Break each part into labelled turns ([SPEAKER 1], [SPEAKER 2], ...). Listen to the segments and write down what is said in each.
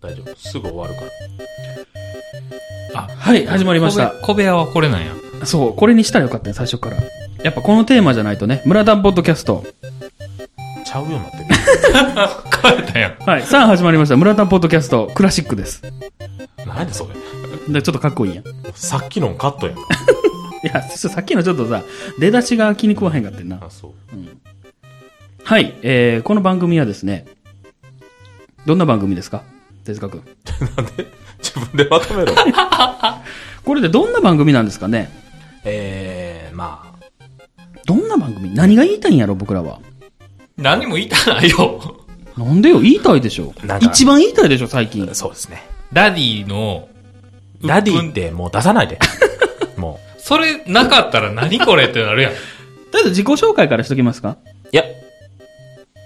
[SPEAKER 1] 大丈夫。すぐ終わるから。
[SPEAKER 2] あ、はい、始まりました。
[SPEAKER 3] 小部屋はこれなんや。
[SPEAKER 2] そう、これにしたらよかったね、最初から。やっぱこのテーマじゃないとね、村田ポッドキャスト。
[SPEAKER 1] ちゃうようにな ってる。
[SPEAKER 3] 変えたやん。
[SPEAKER 2] はい、さあ始まりました。村田ポッドキャスト、クラシックです。
[SPEAKER 1] 何やねんそれ。
[SPEAKER 2] でちょっとかっこいいやん。い
[SPEAKER 1] さっきのカットやん。
[SPEAKER 2] や、そうさっきのちょっとさ、出だしが気に食わへんかってんな。
[SPEAKER 1] あ、そう。
[SPEAKER 2] はい、えー、この番組はですね、どんな番組ですか手塚くん。
[SPEAKER 1] なんで自分でまとめろ。
[SPEAKER 2] これでどんな番組なんですかね
[SPEAKER 1] えー、まあ、
[SPEAKER 2] どんな番組何が言いたいんやろ、僕らは。
[SPEAKER 3] 何も言いたないよ。
[SPEAKER 2] なんでよ、言いたいでしょ
[SPEAKER 1] なん。か
[SPEAKER 2] 一番言いたいでしょ、最近。
[SPEAKER 1] そうですね。
[SPEAKER 3] ダディの、
[SPEAKER 1] ダディってもう出さ ないで。も
[SPEAKER 3] それなかったら何これってなるやん。
[SPEAKER 2] とりあえず自己紹介からしときますか
[SPEAKER 1] う。いや、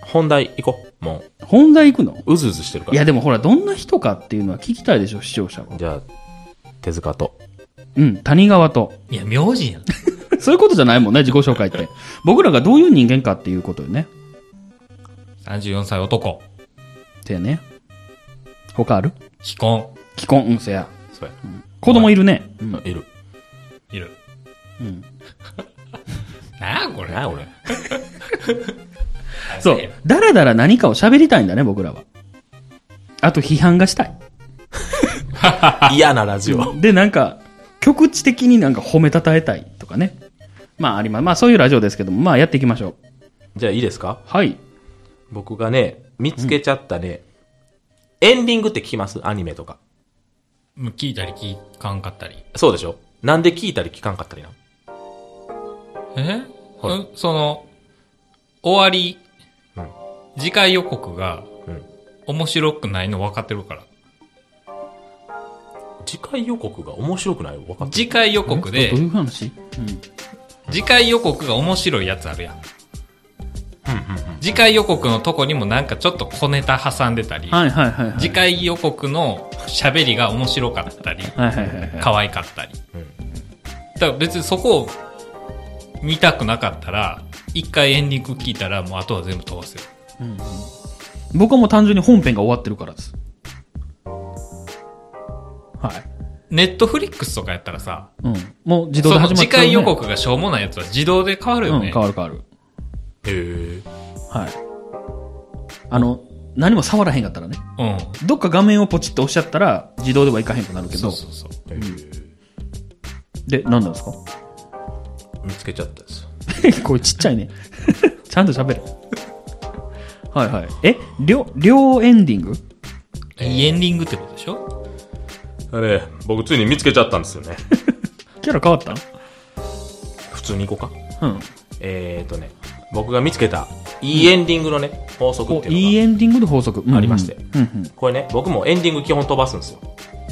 [SPEAKER 1] 本題行こう。も
[SPEAKER 2] 本題行くの
[SPEAKER 1] う、うずうずしてるか
[SPEAKER 2] い
[SPEAKER 1] ら。
[SPEAKER 2] や、でもほら、どんな人かっていうのは聞きたいでしょ、視聴者は。
[SPEAKER 1] じゃあ、手塚と。
[SPEAKER 2] うん、谷川と。
[SPEAKER 3] いや、名字やん。
[SPEAKER 2] そういうことじゃないもんね、自己紹介 って。僕らがどういう人間かっていうことよね。
[SPEAKER 3] 34歳男。
[SPEAKER 2] せやね。他ある
[SPEAKER 3] 非婚。
[SPEAKER 2] 既婚、うん、せや。
[SPEAKER 1] そうや。
[SPEAKER 2] 子供いるね。うん
[SPEAKER 1] いる。
[SPEAKER 3] いる。
[SPEAKER 2] ん
[SPEAKER 3] なあ、これ。
[SPEAKER 1] 何や 俺。
[SPEAKER 2] そう。だらだら何かを喋りたいんだね、僕らは。あと、批判がしたい。
[SPEAKER 1] 嫌なラジオ。
[SPEAKER 2] で、なんか、局地的になんか褒めたたえたいとかね。まあ、あります。まあ、そういうラジオですけども、まあ、やっていきましょう。
[SPEAKER 1] じゃあいいですか
[SPEAKER 2] はい。
[SPEAKER 1] 僕がね、見つけちゃったね、エンディングって聞きますアニメとか。
[SPEAKER 3] もう聞いたり聞かんかったり。
[SPEAKER 1] そうでしょなんで聞いたり聞かんかったりな。
[SPEAKER 3] え、
[SPEAKER 1] はい
[SPEAKER 3] うんその、終わり、
[SPEAKER 1] うん
[SPEAKER 3] 次回予告が
[SPEAKER 1] うん。
[SPEAKER 3] 面白くないの分かってるから。
[SPEAKER 1] 次回予告が面白くない分かった。
[SPEAKER 3] 次回予告
[SPEAKER 2] え
[SPEAKER 3] で
[SPEAKER 2] どう、いう話
[SPEAKER 3] 次回予告が面白いやつあるやん。次回予告のとこにもなんかちょっと小ネタ挟んでたり、
[SPEAKER 2] はいはいはいはい。
[SPEAKER 3] 次回予告の喋りが面白かったり、
[SPEAKER 2] はいはいはいはい。
[SPEAKER 3] 可愛かったり。だから別にそこを見たくなかったら、一回エンディング聞いたらもうあとは全部飛ばせる。
[SPEAKER 2] 僕はもう単純に本編が終わってるからです。はい。
[SPEAKER 3] ネットフリックスとかやったらさ、
[SPEAKER 2] うん。もう自動
[SPEAKER 3] そ
[SPEAKER 2] で
[SPEAKER 3] の
[SPEAKER 2] 始まっ
[SPEAKER 3] 次
[SPEAKER 2] ちゃう、ね。
[SPEAKER 3] 回予告がしょうもないやつは自動で変わるよ
[SPEAKER 2] うん、
[SPEAKER 3] ね
[SPEAKER 2] 変。わる変わる。
[SPEAKER 1] へー
[SPEAKER 2] はい。あの、何も触らへんかったらね。
[SPEAKER 3] うん。
[SPEAKER 2] どっか画面をポチッと押しちゃったら、自動ではいかへんくなるけど。
[SPEAKER 3] そうそうそう。
[SPEAKER 1] へー
[SPEAKER 2] で、何なんですか
[SPEAKER 1] 見つけちゃったです。
[SPEAKER 2] これちっちゃいね。 ちゃんと喋る。はいはい。え、両、両エンディング
[SPEAKER 3] いいエンディングってことでしょ
[SPEAKER 1] あれ、僕ついに見つけちゃったんですよね。
[SPEAKER 2] キャラ変わった
[SPEAKER 1] 普通に行こうか。
[SPEAKER 2] うん。
[SPEAKER 1] えーとね、僕が見つけた、いいエンディングのね、法則っ
[SPEAKER 2] こ
[SPEAKER 1] て
[SPEAKER 2] う、
[SPEAKER 1] いうのが
[SPEAKER 2] いいエンディングの法則。うんうん
[SPEAKER 1] ありまして
[SPEAKER 2] うん
[SPEAKER 1] これね、僕もエンディング基本飛ばすんですよ。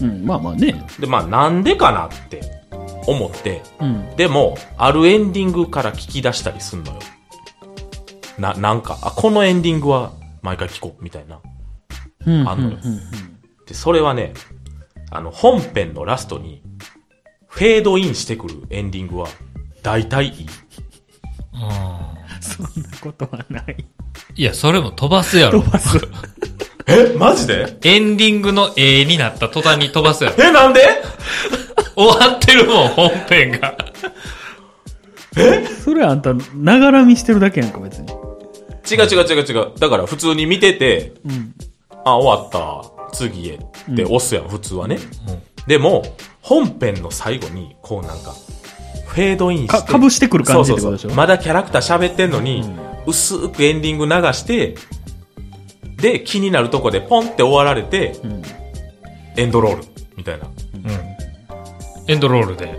[SPEAKER 2] うん。うん、まあまあね。
[SPEAKER 1] で、まあなんでかなって思って、
[SPEAKER 2] うん。
[SPEAKER 1] でも、あるエンディングから聞き出したりすんのよ。な、なんか、あ、このエンディングは毎回聞こう、みたいな。
[SPEAKER 2] うん。
[SPEAKER 1] あんのよ
[SPEAKER 2] うんうん
[SPEAKER 1] で、それはね、あの、本編のラストに、フェードインしてくるエンディングは、大体いい。
[SPEAKER 3] うん。
[SPEAKER 2] そんなことはない。
[SPEAKER 3] いや、それも飛ばすやろ。
[SPEAKER 2] 飛ばす。
[SPEAKER 1] えマジで
[SPEAKER 3] エンディングの絵になった途端に飛ばす やろ。
[SPEAKER 1] え、なんで
[SPEAKER 3] 終わってるもん、本編が。
[SPEAKER 2] それあんた、ながら見してるだけやんか、別に。
[SPEAKER 1] 違う違う違う違う。だから普通に見てて、
[SPEAKER 2] うん。
[SPEAKER 1] あ、終わった。次へって押すやん、普通はね。
[SPEAKER 3] うん
[SPEAKER 1] でも、本編の最後に、こうなんか、フェードインして。
[SPEAKER 2] か、かぶしてくる感じってこ
[SPEAKER 1] そ
[SPEAKER 2] と
[SPEAKER 1] う
[SPEAKER 2] でし
[SPEAKER 1] そう
[SPEAKER 2] ょ
[SPEAKER 1] そうまだキャラクター喋ってんのに、薄くエンディング流して、で、気になるとこでポンって終わられて、
[SPEAKER 2] ん
[SPEAKER 1] エンドロール、みたいな。
[SPEAKER 3] うん。 エンドロールで、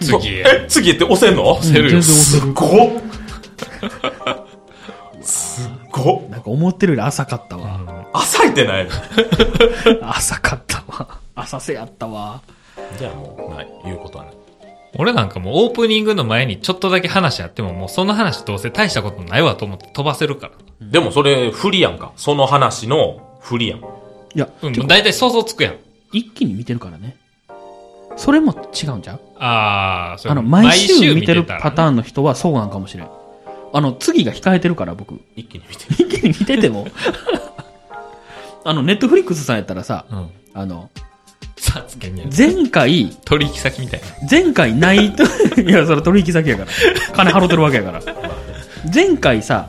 [SPEAKER 3] 次へ。
[SPEAKER 1] え、次へって押せんの
[SPEAKER 3] 押せる
[SPEAKER 2] うん全然
[SPEAKER 3] よ。
[SPEAKER 2] 押せる
[SPEAKER 1] すごっすっごっ
[SPEAKER 2] なんか思ってるより浅かったわ。
[SPEAKER 1] 浅いってないの
[SPEAKER 2] 浅かったわ。浅瀬やったわ。
[SPEAKER 1] じゃあもう、ない、言うことはない。
[SPEAKER 3] 俺なんかもうオープニングの前にちょっとだけ話あってももうその話どうせ大したことないわと思って飛ばせるから。
[SPEAKER 1] でもそれ、不利やんか。その話の不利やん。
[SPEAKER 2] いや、
[SPEAKER 3] うん、だいたい想像つくやん。
[SPEAKER 2] 一気に見てるからね。それも違うんじゃう
[SPEAKER 3] あー、それ
[SPEAKER 2] あの、毎週見てる
[SPEAKER 3] たらね
[SPEAKER 2] パターンの人はそうなんかもしれん。あの、次が控えてるから、僕。
[SPEAKER 1] 一気に見てる。
[SPEAKER 2] 一気に見てても。 あの、ネットフリックスさんやったらさ、
[SPEAKER 3] うん。
[SPEAKER 2] あの、
[SPEAKER 3] さつけにやる。
[SPEAKER 2] 前回、
[SPEAKER 3] 取引先みたいな。
[SPEAKER 2] 前回ないと、 いや、それ取引先やから。金払ってるわけやから。前回さ、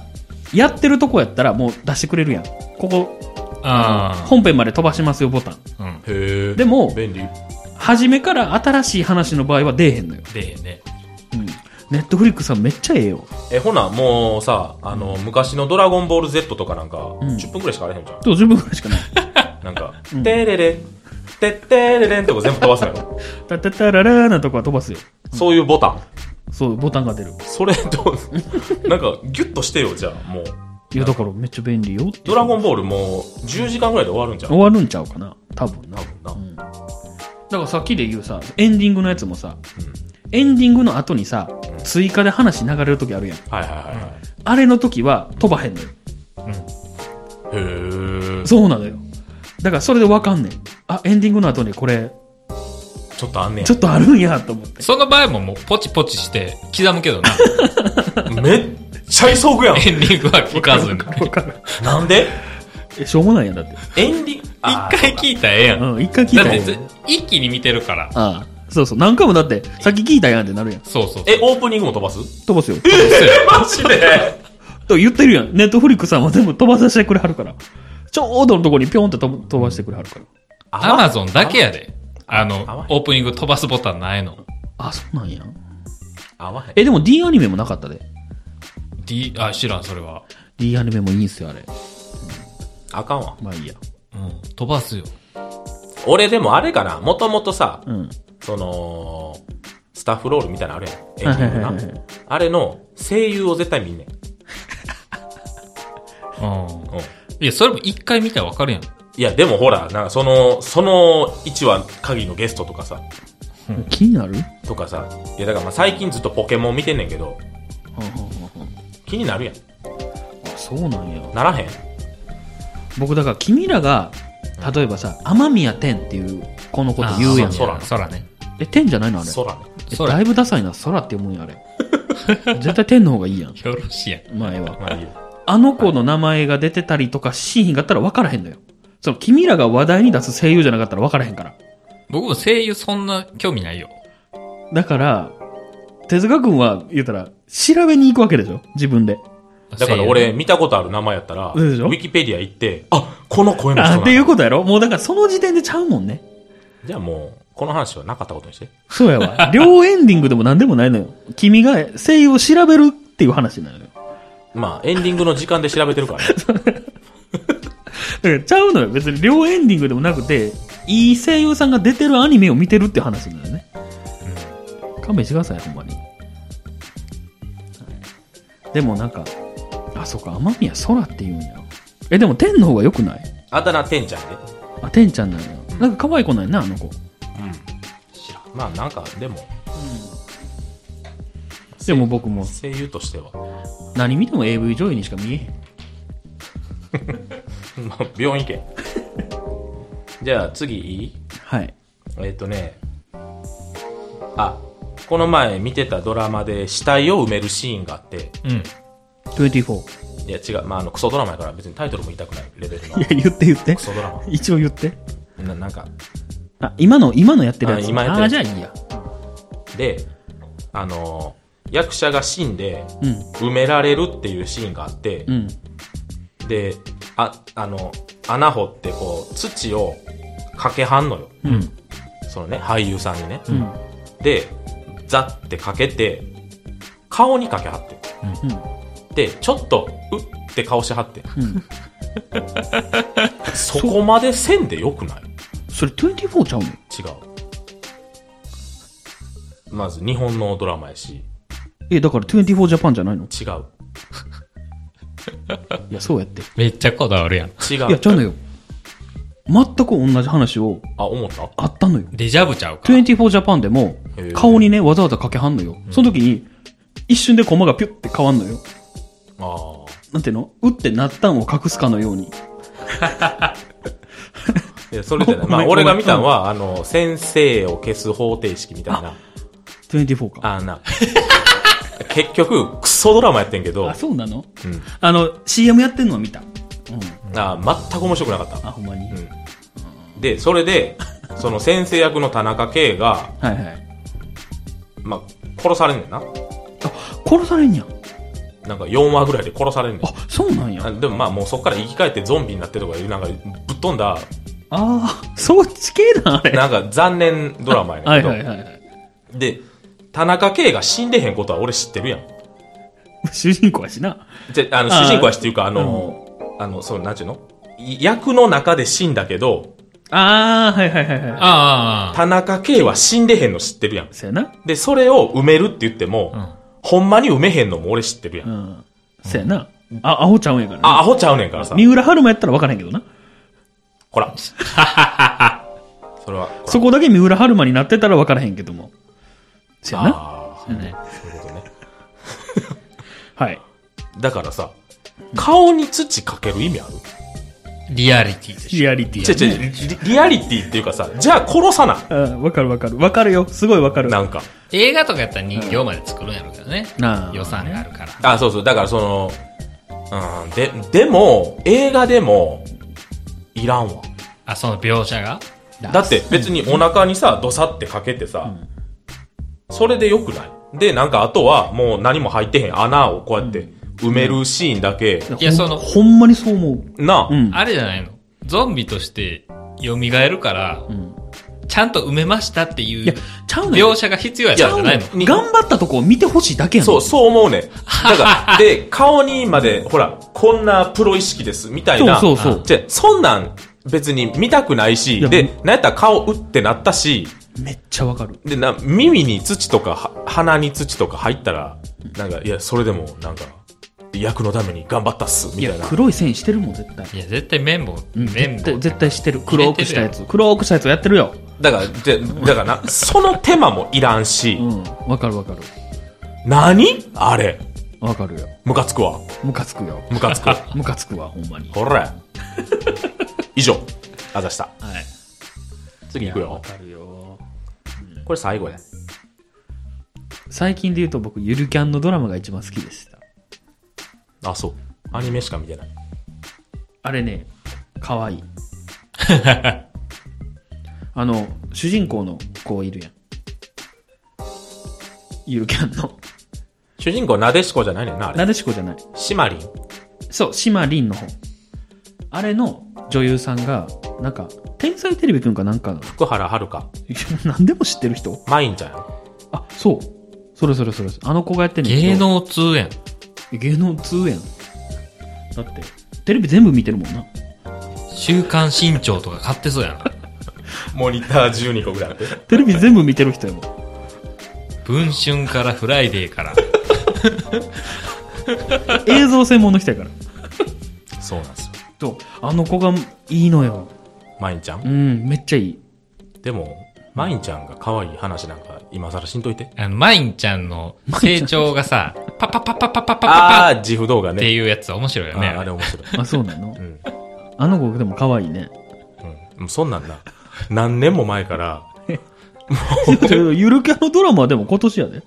[SPEAKER 2] やってるとこやったらもう出してくれるやん。ここ、
[SPEAKER 3] あ
[SPEAKER 2] 本編まで飛ばしますよボタン。
[SPEAKER 3] あ。うん。
[SPEAKER 1] へえ。
[SPEAKER 2] でも
[SPEAKER 1] 便利。
[SPEAKER 2] 初めから新しい話の場合は出えへんのよ。
[SPEAKER 3] でね。
[SPEAKER 2] うん。ネットフリックスはめっちゃええよ。
[SPEAKER 1] え、ほな、もうさ、あの、昔のドラゴンボール Z とかなんか、
[SPEAKER 2] ん
[SPEAKER 1] 10分くらいしかあれへんじゃん。
[SPEAKER 2] そう、10分くらいし かない。
[SPEAKER 1] なんか、テレレン、テッテレレンってとこ全部飛ばすのよ。
[SPEAKER 2] たたたららーなとこは飛ばすよ。
[SPEAKER 1] そういうボタン。
[SPEAKER 2] そう、ボタンが出る。
[SPEAKER 1] それと、なんか、ギュッとしてよ、じゃあ、もう。
[SPEAKER 2] いや、だからめっちゃ便利よって。
[SPEAKER 1] ドラゴンボールもう、10時間ぐらいで終わるんじゃん。
[SPEAKER 2] 終わるんちゃうかな多分な。
[SPEAKER 1] 多分な。
[SPEAKER 2] だからさっきで言うさ、エンディングのやつもさ、
[SPEAKER 1] う
[SPEAKER 2] エンディングの後にさ、追加で話流れる時あるやん。
[SPEAKER 1] はいはいはい
[SPEAKER 2] あれの時は飛ばへんのよ。
[SPEAKER 1] はい。へえ。
[SPEAKER 2] そうなのよ。だからそれでわかんねん。あ、エンディングの後にこれ、
[SPEAKER 1] ちょっとあんね
[SPEAKER 2] ちょっとあるんやと思って。
[SPEAKER 3] その場合ももうポチポチして刻む けどな。
[SPEAKER 1] や。めっちゃ急ぐ やん。
[SPEAKER 3] エンディングは聞 かずに。
[SPEAKER 2] わかる。
[SPEAKER 1] なんで
[SPEAKER 2] え、しょうもないやんだって。
[SPEAKER 1] エンディング、
[SPEAKER 3] 一回聞いたらええやん。だ
[SPEAKER 2] うん、一回聞いた
[SPEAKER 3] っ
[SPEAKER 2] ら
[SPEAKER 3] て
[SPEAKER 2] ええ
[SPEAKER 3] ず
[SPEAKER 2] やん。
[SPEAKER 3] 一気に見てるから。
[SPEAKER 2] ああ、そうそう。何回もだって、さっき聞いたやんってなるやん。
[SPEAKER 3] そうそう。
[SPEAKER 1] え、、オープニングも飛ばす
[SPEAKER 2] 飛ばすよ。
[SPEAKER 1] マジで
[SPEAKER 2] と言ってるやん。ネットフリックスさんは全部飛ばさせてくれはるから。ちょうどのとこにピョンって飛ぶ飛ばしてくれはるから。
[SPEAKER 3] アマゾンだけやで。あの
[SPEAKER 1] 合わ、へん
[SPEAKER 3] オープニング飛ばすボタンないの。
[SPEAKER 2] あ、そうなんや。
[SPEAKER 1] 合わへん。
[SPEAKER 2] え、でも D アニメもなかったで。
[SPEAKER 3] D、あ、知らん、それは。
[SPEAKER 2] D アニメもいいんすよ、あれ。
[SPEAKER 1] あかんわ。
[SPEAKER 2] まあいいや。
[SPEAKER 3] うん。飛ばすよ。
[SPEAKER 1] 俺でもあれかな、もともとさ、
[SPEAKER 2] うん。
[SPEAKER 1] その、スタッフロールみたいなのあるやん。エ
[SPEAKER 2] は
[SPEAKER 1] ンデ
[SPEAKER 2] いは
[SPEAKER 1] ィン
[SPEAKER 2] い
[SPEAKER 1] グ
[SPEAKER 2] はいはい
[SPEAKER 1] な。あれの声優を絶対見んねん。
[SPEAKER 3] うん。
[SPEAKER 1] うん。
[SPEAKER 3] いや、それも一回見たらわかるやん。
[SPEAKER 1] いや、でもほら、なんかその、その1話鍵のゲストとかさ、
[SPEAKER 2] 気になる
[SPEAKER 1] とかさ、いやだからまあ最近ずっとポケモン見てんねんけど、気になるやん。
[SPEAKER 2] あそうなんや。
[SPEAKER 1] ならへん。
[SPEAKER 2] 僕だから君らが、例えばさ、天宮天っていうこのこと言うやん
[SPEAKER 1] あ。空
[SPEAKER 3] 空ね。
[SPEAKER 2] え、天じゃないのあれ。
[SPEAKER 1] 空ね。
[SPEAKER 2] え
[SPEAKER 3] 空
[SPEAKER 2] だいぶダサいな、空って思うんや、あれ。絶対天の方がいいやん。
[SPEAKER 3] よろしいやん。
[SPEAKER 2] 前は。
[SPEAKER 1] まあいいよ。
[SPEAKER 2] あの子の名前が出てたりとかシーンがあったら分からへんのよ。その、君らが話題に出す声優じゃなかったら分からへんから。
[SPEAKER 3] 僕も声優そんな興味ないよ。
[SPEAKER 2] だから、手塚くんは、言うたら、調べに行くわけでしょ自分で。
[SPEAKER 1] だから俺見たことある名前やったら、ウ
[SPEAKER 2] そうでしょ
[SPEAKER 1] ィキペディア行って、あ、この声の人
[SPEAKER 2] あ、
[SPEAKER 1] な
[SPEAKER 2] っ
[SPEAKER 1] ん
[SPEAKER 2] て
[SPEAKER 1] だ
[SPEAKER 2] いうことやろもうだからその時点でちゃうもんね。
[SPEAKER 1] じゃあもう、この話はなかったことにして。
[SPEAKER 2] そうやわ。両エンディングでも何でもないのよ。君が声優を調べるっていう話なのよ。
[SPEAKER 1] まあエンディングの時間で調べてる からね。
[SPEAKER 2] だからちゃうのよ。別に両エンディングでもなくて、いい声優さんが出てるアニメを見てるっていう話なのよね。勘弁してください、ほんまに。はいでもなんか、あ、そうか、天宮空って言うんや。え、でも天の方が良くない
[SPEAKER 1] あだ名てんちゃんね。
[SPEAKER 2] あ、天ちゃんなんや。なんか可愛い子なんやな、あの子。
[SPEAKER 1] まあなんか、でも、
[SPEAKER 2] でも僕も
[SPEAKER 1] 声優としては、
[SPEAKER 2] 何見ても AV 女優にしか見えへん。
[SPEAKER 1] まあ病院行け。 じゃあ次いい
[SPEAKER 2] はい。
[SPEAKER 1] えっ、とね、あ、この前見てたドラマで死体を埋めるシーンがあって、
[SPEAKER 3] うん。
[SPEAKER 2] 24。
[SPEAKER 1] いや違う、まああのクソドラマやから別にタイトルも言いたくないレベルの
[SPEAKER 2] い
[SPEAKER 1] ク
[SPEAKER 2] や、言って言って。
[SPEAKER 1] ソドラ
[SPEAKER 2] 一応言って。
[SPEAKER 1] マ。ななんか、
[SPEAKER 2] あ、今の、今のやってるやつ。
[SPEAKER 1] あ今やってるやつ
[SPEAKER 2] あ、じゃあいいや。
[SPEAKER 1] で、あのー役者が死んで
[SPEAKER 2] うん。
[SPEAKER 1] 埋められるっていうシーンがあって、
[SPEAKER 2] うん。
[SPEAKER 1] で、あ、あの、穴掘ってこう、土をかけはんのよ。
[SPEAKER 2] うん。
[SPEAKER 1] そのね、俳優さんにね。
[SPEAKER 2] うん。
[SPEAKER 1] で、ザってかけて、顔にかけはって。で、ちょっと、うって顔しはって。
[SPEAKER 2] うん。
[SPEAKER 1] そこまでせんでよくない
[SPEAKER 2] それ24ちゃうの
[SPEAKER 1] 違う。まず、日本のドラマやし、
[SPEAKER 2] え、だから24ジャパンじゃないの
[SPEAKER 1] 違う。
[SPEAKER 2] いや、そうやって。い
[SPEAKER 3] めっちゃこだわるやん。
[SPEAKER 1] 違
[SPEAKER 2] や、
[SPEAKER 1] う。
[SPEAKER 2] ちゃうのよ。全く同じ話を、
[SPEAKER 1] あ、思った
[SPEAKER 2] あったのよ。
[SPEAKER 3] デジャブちゃうか。
[SPEAKER 2] 24ジャパンでも
[SPEAKER 1] へー、
[SPEAKER 2] 顔にね、わざわざかけはんのよ。その時に、一瞬でコマがピュって変わんのよ。
[SPEAKER 1] ああ。
[SPEAKER 2] なんていうのうってなったんを隠すかのように。
[SPEAKER 1] いや、それじゃない。まあ、
[SPEAKER 2] ごめ
[SPEAKER 1] 俺
[SPEAKER 2] んごめん
[SPEAKER 1] が見たのは、あの、先生を消す方程式みたいな。
[SPEAKER 2] 24か。
[SPEAKER 1] あーな。 結局、クソドラマやってんけど
[SPEAKER 2] あ、、そうなの
[SPEAKER 1] うん
[SPEAKER 2] あの、CM やってんのは見た。うん。
[SPEAKER 1] あー全く面白くなかった。
[SPEAKER 2] あ、ほんまに。
[SPEAKER 1] うん、で、それで、その先生役の田中圭が、
[SPEAKER 2] はいはい。
[SPEAKER 1] まあ、殺されんねんな。
[SPEAKER 2] 殺されんやん。
[SPEAKER 1] なんか4話ぐらいで殺されんねん。
[SPEAKER 2] あ、そうなんや。
[SPEAKER 1] あでもまあもうそっから生き返ってゾンビになってとかいう、なんかぶっ飛んだ、
[SPEAKER 2] ああ、そっち系だ、あれ。
[SPEAKER 1] なんか残念ドラマやね
[SPEAKER 2] は
[SPEAKER 1] んけ
[SPEAKER 2] い
[SPEAKER 1] ど。
[SPEAKER 2] はいはいはい。
[SPEAKER 1] で、田中圭が死んでへんことは俺知ってるやん。
[SPEAKER 2] 主人公やしな。
[SPEAKER 1] じゃあの、
[SPEAKER 2] あー
[SPEAKER 1] 主人公はしっていうか、あの、あの、その、なんちゅうのい役の中で死んだけど、
[SPEAKER 2] ああ、はいはいはいはい。
[SPEAKER 3] ああ
[SPEAKER 1] 田中圭は死んでへんの知ってるやん。
[SPEAKER 2] そうやな。
[SPEAKER 1] で、それを埋めるって言っても、
[SPEAKER 3] ああ、
[SPEAKER 1] ほんまに埋めへんのも俺知ってるやん。
[SPEAKER 2] うん。そうやな。あ、アホちゃうんやからな。
[SPEAKER 1] あ、アホちゃうねんからさ。
[SPEAKER 2] 三浦春馬やったら分からへんけどな。
[SPEAKER 1] ほ ら。それは、こ
[SPEAKER 2] そこだけ三浦春馬になってたら分からへんけども。そう
[SPEAKER 1] ら。
[SPEAKER 2] やな。
[SPEAKER 1] ああ、
[SPEAKER 2] そうやね
[SPEAKER 1] そういうことね。
[SPEAKER 2] はい。
[SPEAKER 1] だからさ、顔に土かける意味ある
[SPEAKER 3] うん。リアリティでしょ。
[SPEAKER 2] リアリティ
[SPEAKER 1] ちょ
[SPEAKER 2] や、
[SPEAKER 1] ちょ、
[SPEAKER 2] ね。
[SPEAKER 1] リリアリティっていうかさ、じゃあ殺さな。
[SPEAKER 2] うん、分かる分かる。分かるよ。すごい分かる。
[SPEAKER 1] なんか。
[SPEAKER 3] 映画とかやったら人形まで作るんやろうけどね。
[SPEAKER 2] なあ
[SPEAKER 3] 予算があるから。
[SPEAKER 1] あ、そうそう。だからその、うん、で、でも、映画でも、いらんわ。
[SPEAKER 3] あ、その描写が
[SPEAKER 1] だって別にお腹にさ、ドサってかけてさ、それでよくないで、なんかあとはもう何も入ってへん穴をこうやって埋めるシーンだけ、
[SPEAKER 3] いや、その、
[SPEAKER 2] ほんまにそう思う。
[SPEAKER 1] なあ、
[SPEAKER 2] うん。
[SPEAKER 3] あれじゃないの。ゾンビとして蘇るから、ちゃんと埋めましたってい
[SPEAKER 2] いや
[SPEAKER 3] う、
[SPEAKER 2] ちゃうねん。
[SPEAKER 3] 描写が必要やったんじゃないの
[SPEAKER 1] に
[SPEAKER 2] 頑張ったとこを見てほしいだけやん。
[SPEAKER 1] そう、そう思うねん。だ から、で、顔にまで、ほら、こんなプロ意識です、みたいな。
[SPEAKER 2] そうそうそう
[SPEAKER 1] じゃそんなん別に見たくない
[SPEAKER 2] い
[SPEAKER 1] し、
[SPEAKER 2] や
[SPEAKER 1] で、なんやったら顔打ってなったし、
[SPEAKER 2] めっちゃわかる。
[SPEAKER 1] で、な、耳に土とか、は鼻に土とか入ったら、なんか、いや、それでも、なんか、役のために頑張ったっす、み
[SPEAKER 2] い
[SPEAKER 1] た
[SPEAKER 2] や
[SPEAKER 1] いな。、
[SPEAKER 2] 黒い線してるもん、絶対。
[SPEAKER 3] いや、絶対綿棒、
[SPEAKER 2] うん
[SPEAKER 3] 綿
[SPEAKER 2] 絶対
[SPEAKER 3] 棒。
[SPEAKER 2] 絶対してる。黒くしたやつ。黒くしたやつをやってるよ。
[SPEAKER 1] だから、で、だからな、その手間もいらんし
[SPEAKER 2] う、ん。わかるわかる。
[SPEAKER 1] 何あれ。
[SPEAKER 2] わかるよ。
[SPEAKER 1] ムカつくわ。
[SPEAKER 2] ムカつくよ。
[SPEAKER 1] ムカつく。
[SPEAKER 2] ムカつくわ、ほんまに。
[SPEAKER 1] ほら。 以上。あざした。
[SPEAKER 3] はい。
[SPEAKER 1] 次行くよ。
[SPEAKER 2] かるよ。
[SPEAKER 1] これ最後や。
[SPEAKER 2] 最近で言うと僕、ゆるキャンのドラマが一番好きでした。
[SPEAKER 1] あ、そう。アニメしか見てない。
[SPEAKER 2] あれね、か わいい。あの、主人公の子いるやん。ゆるキャンの。
[SPEAKER 1] 主人公、なでしこじゃないねんな、あれ。
[SPEAKER 2] なでしこじゃない。
[SPEAKER 1] シマリン。
[SPEAKER 2] そう、島凛の方。あれの女優さんが、なんか、天才テレビくんかなんかの、
[SPEAKER 1] 福原遥。
[SPEAKER 2] 何でも知ってる人
[SPEAKER 1] マインじゃん。
[SPEAKER 2] あ、そう。それそれそれ。あの子がやってんねんけど
[SPEAKER 3] 芸能通やん。
[SPEAKER 2] 芸能通やん。だって、テレビ全部見てるもんな。
[SPEAKER 3] 週刊新潮とか買ってそうやん。
[SPEAKER 1] モニター12個ぐらいあって。
[SPEAKER 2] テレビ全部見てる人やもん。
[SPEAKER 3] 文春からフライデーから。
[SPEAKER 2] 映像専門の人やから。
[SPEAKER 1] そうなんですよ。
[SPEAKER 2] と、あの子がいいのよ。
[SPEAKER 1] マインちゃん
[SPEAKER 2] う。ん、めっちゃいい。
[SPEAKER 1] でも、マインちゃんが可愛い話なんか今更しんといて。
[SPEAKER 3] あの、マインちゃんの成長がさ、パパパパパパパパ
[SPEAKER 1] あ
[SPEAKER 3] パ
[SPEAKER 1] あー、自負動画
[SPEAKER 3] って
[SPEAKER 1] ね。
[SPEAKER 3] いうやつ面白いよね。
[SPEAKER 1] ああれ面白い。
[SPEAKER 2] あ、そうなの
[SPEAKER 1] うん。
[SPEAKER 2] あの子でも可愛いね。
[SPEAKER 1] うん。もうそんなんな。何年も前から、
[SPEAKER 2] ゆるキャのドラマはでも今年やで。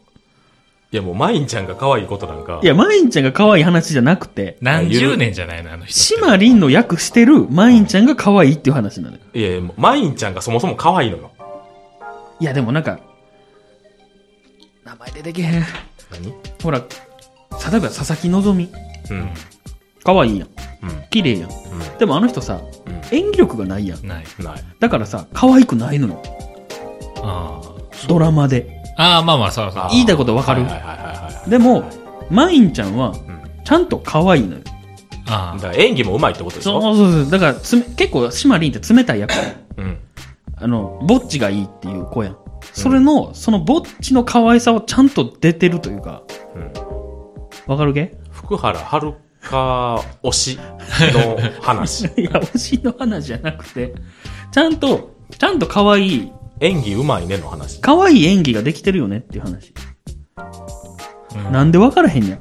[SPEAKER 1] いやもうマインちゃんが可愛いことなんか、
[SPEAKER 2] いや、まいんちゃんが可愛い話じゃなくて、
[SPEAKER 3] 何十年じゃないの、あの人。
[SPEAKER 2] シマリンの役してるマインちゃんが可愛いっていう話なのよ。
[SPEAKER 1] いやいやもうマインちゃんがそもそも可愛いのよ。
[SPEAKER 2] いや、でもなんか、名前出てけへん。
[SPEAKER 1] 何
[SPEAKER 2] ほら、例えば佐々木希。
[SPEAKER 1] うん。
[SPEAKER 2] 可愛いやん。
[SPEAKER 1] うん。
[SPEAKER 2] 綺麗やん。でもあの人さ、
[SPEAKER 1] うん
[SPEAKER 2] 演技力がないやん。
[SPEAKER 3] ない。
[SPEAKER 1] うん。ない。
[SPEAKER 2] だからさ、可愛くないのよ。
[SPEAKER 3] あ
[SPEAKER 2] ドラマで。
[SPEAKER 3] あ。ああ、まあまあ、そうそう。
[SPEAKER 1] あー
[SPEAKER 2] 言いたいことわかる、
[SPEAKER 1] はいはいはいはいはい。
[SPEAKER 2] でも、マインちゃんは、
[SPEAKER 1] うん。
[SPEAKER 2] ちゃんと可愛いのよ。
[SPEAKER 1] だ
[SPEAKER 3] ああ。
[SPEAKER 1] から演技も上手いってことでし
[SPEAKER 2] そう
[SPEAKER 1] ょ
[SPEAKER 2] そうそう。だからつめ、結構、シマリンって冷た い役。
[SPEAKER 1] うん。
[SPEAKER 2] あの、ぼっちがいいっていう子やん。それの、そのぼっちの可愛さをちゃんと出てるというか、
[SPEAKER 1] うん。
[SPEAKER 2] わかるけ
[SPEAKER 1] 福原遥推しの 話。
[SPEAKER 2] いや、推しの話じゃなくて、ちゃんと、ちゃんと可愛い、
[SPEAKER 1] 演技上手いねの話。
[SPEAKER 2] 可愛い演技ができてるよねっていう話。
[SPEAKER 3] うん
[SPEAKER 2] なんでわからへんやん。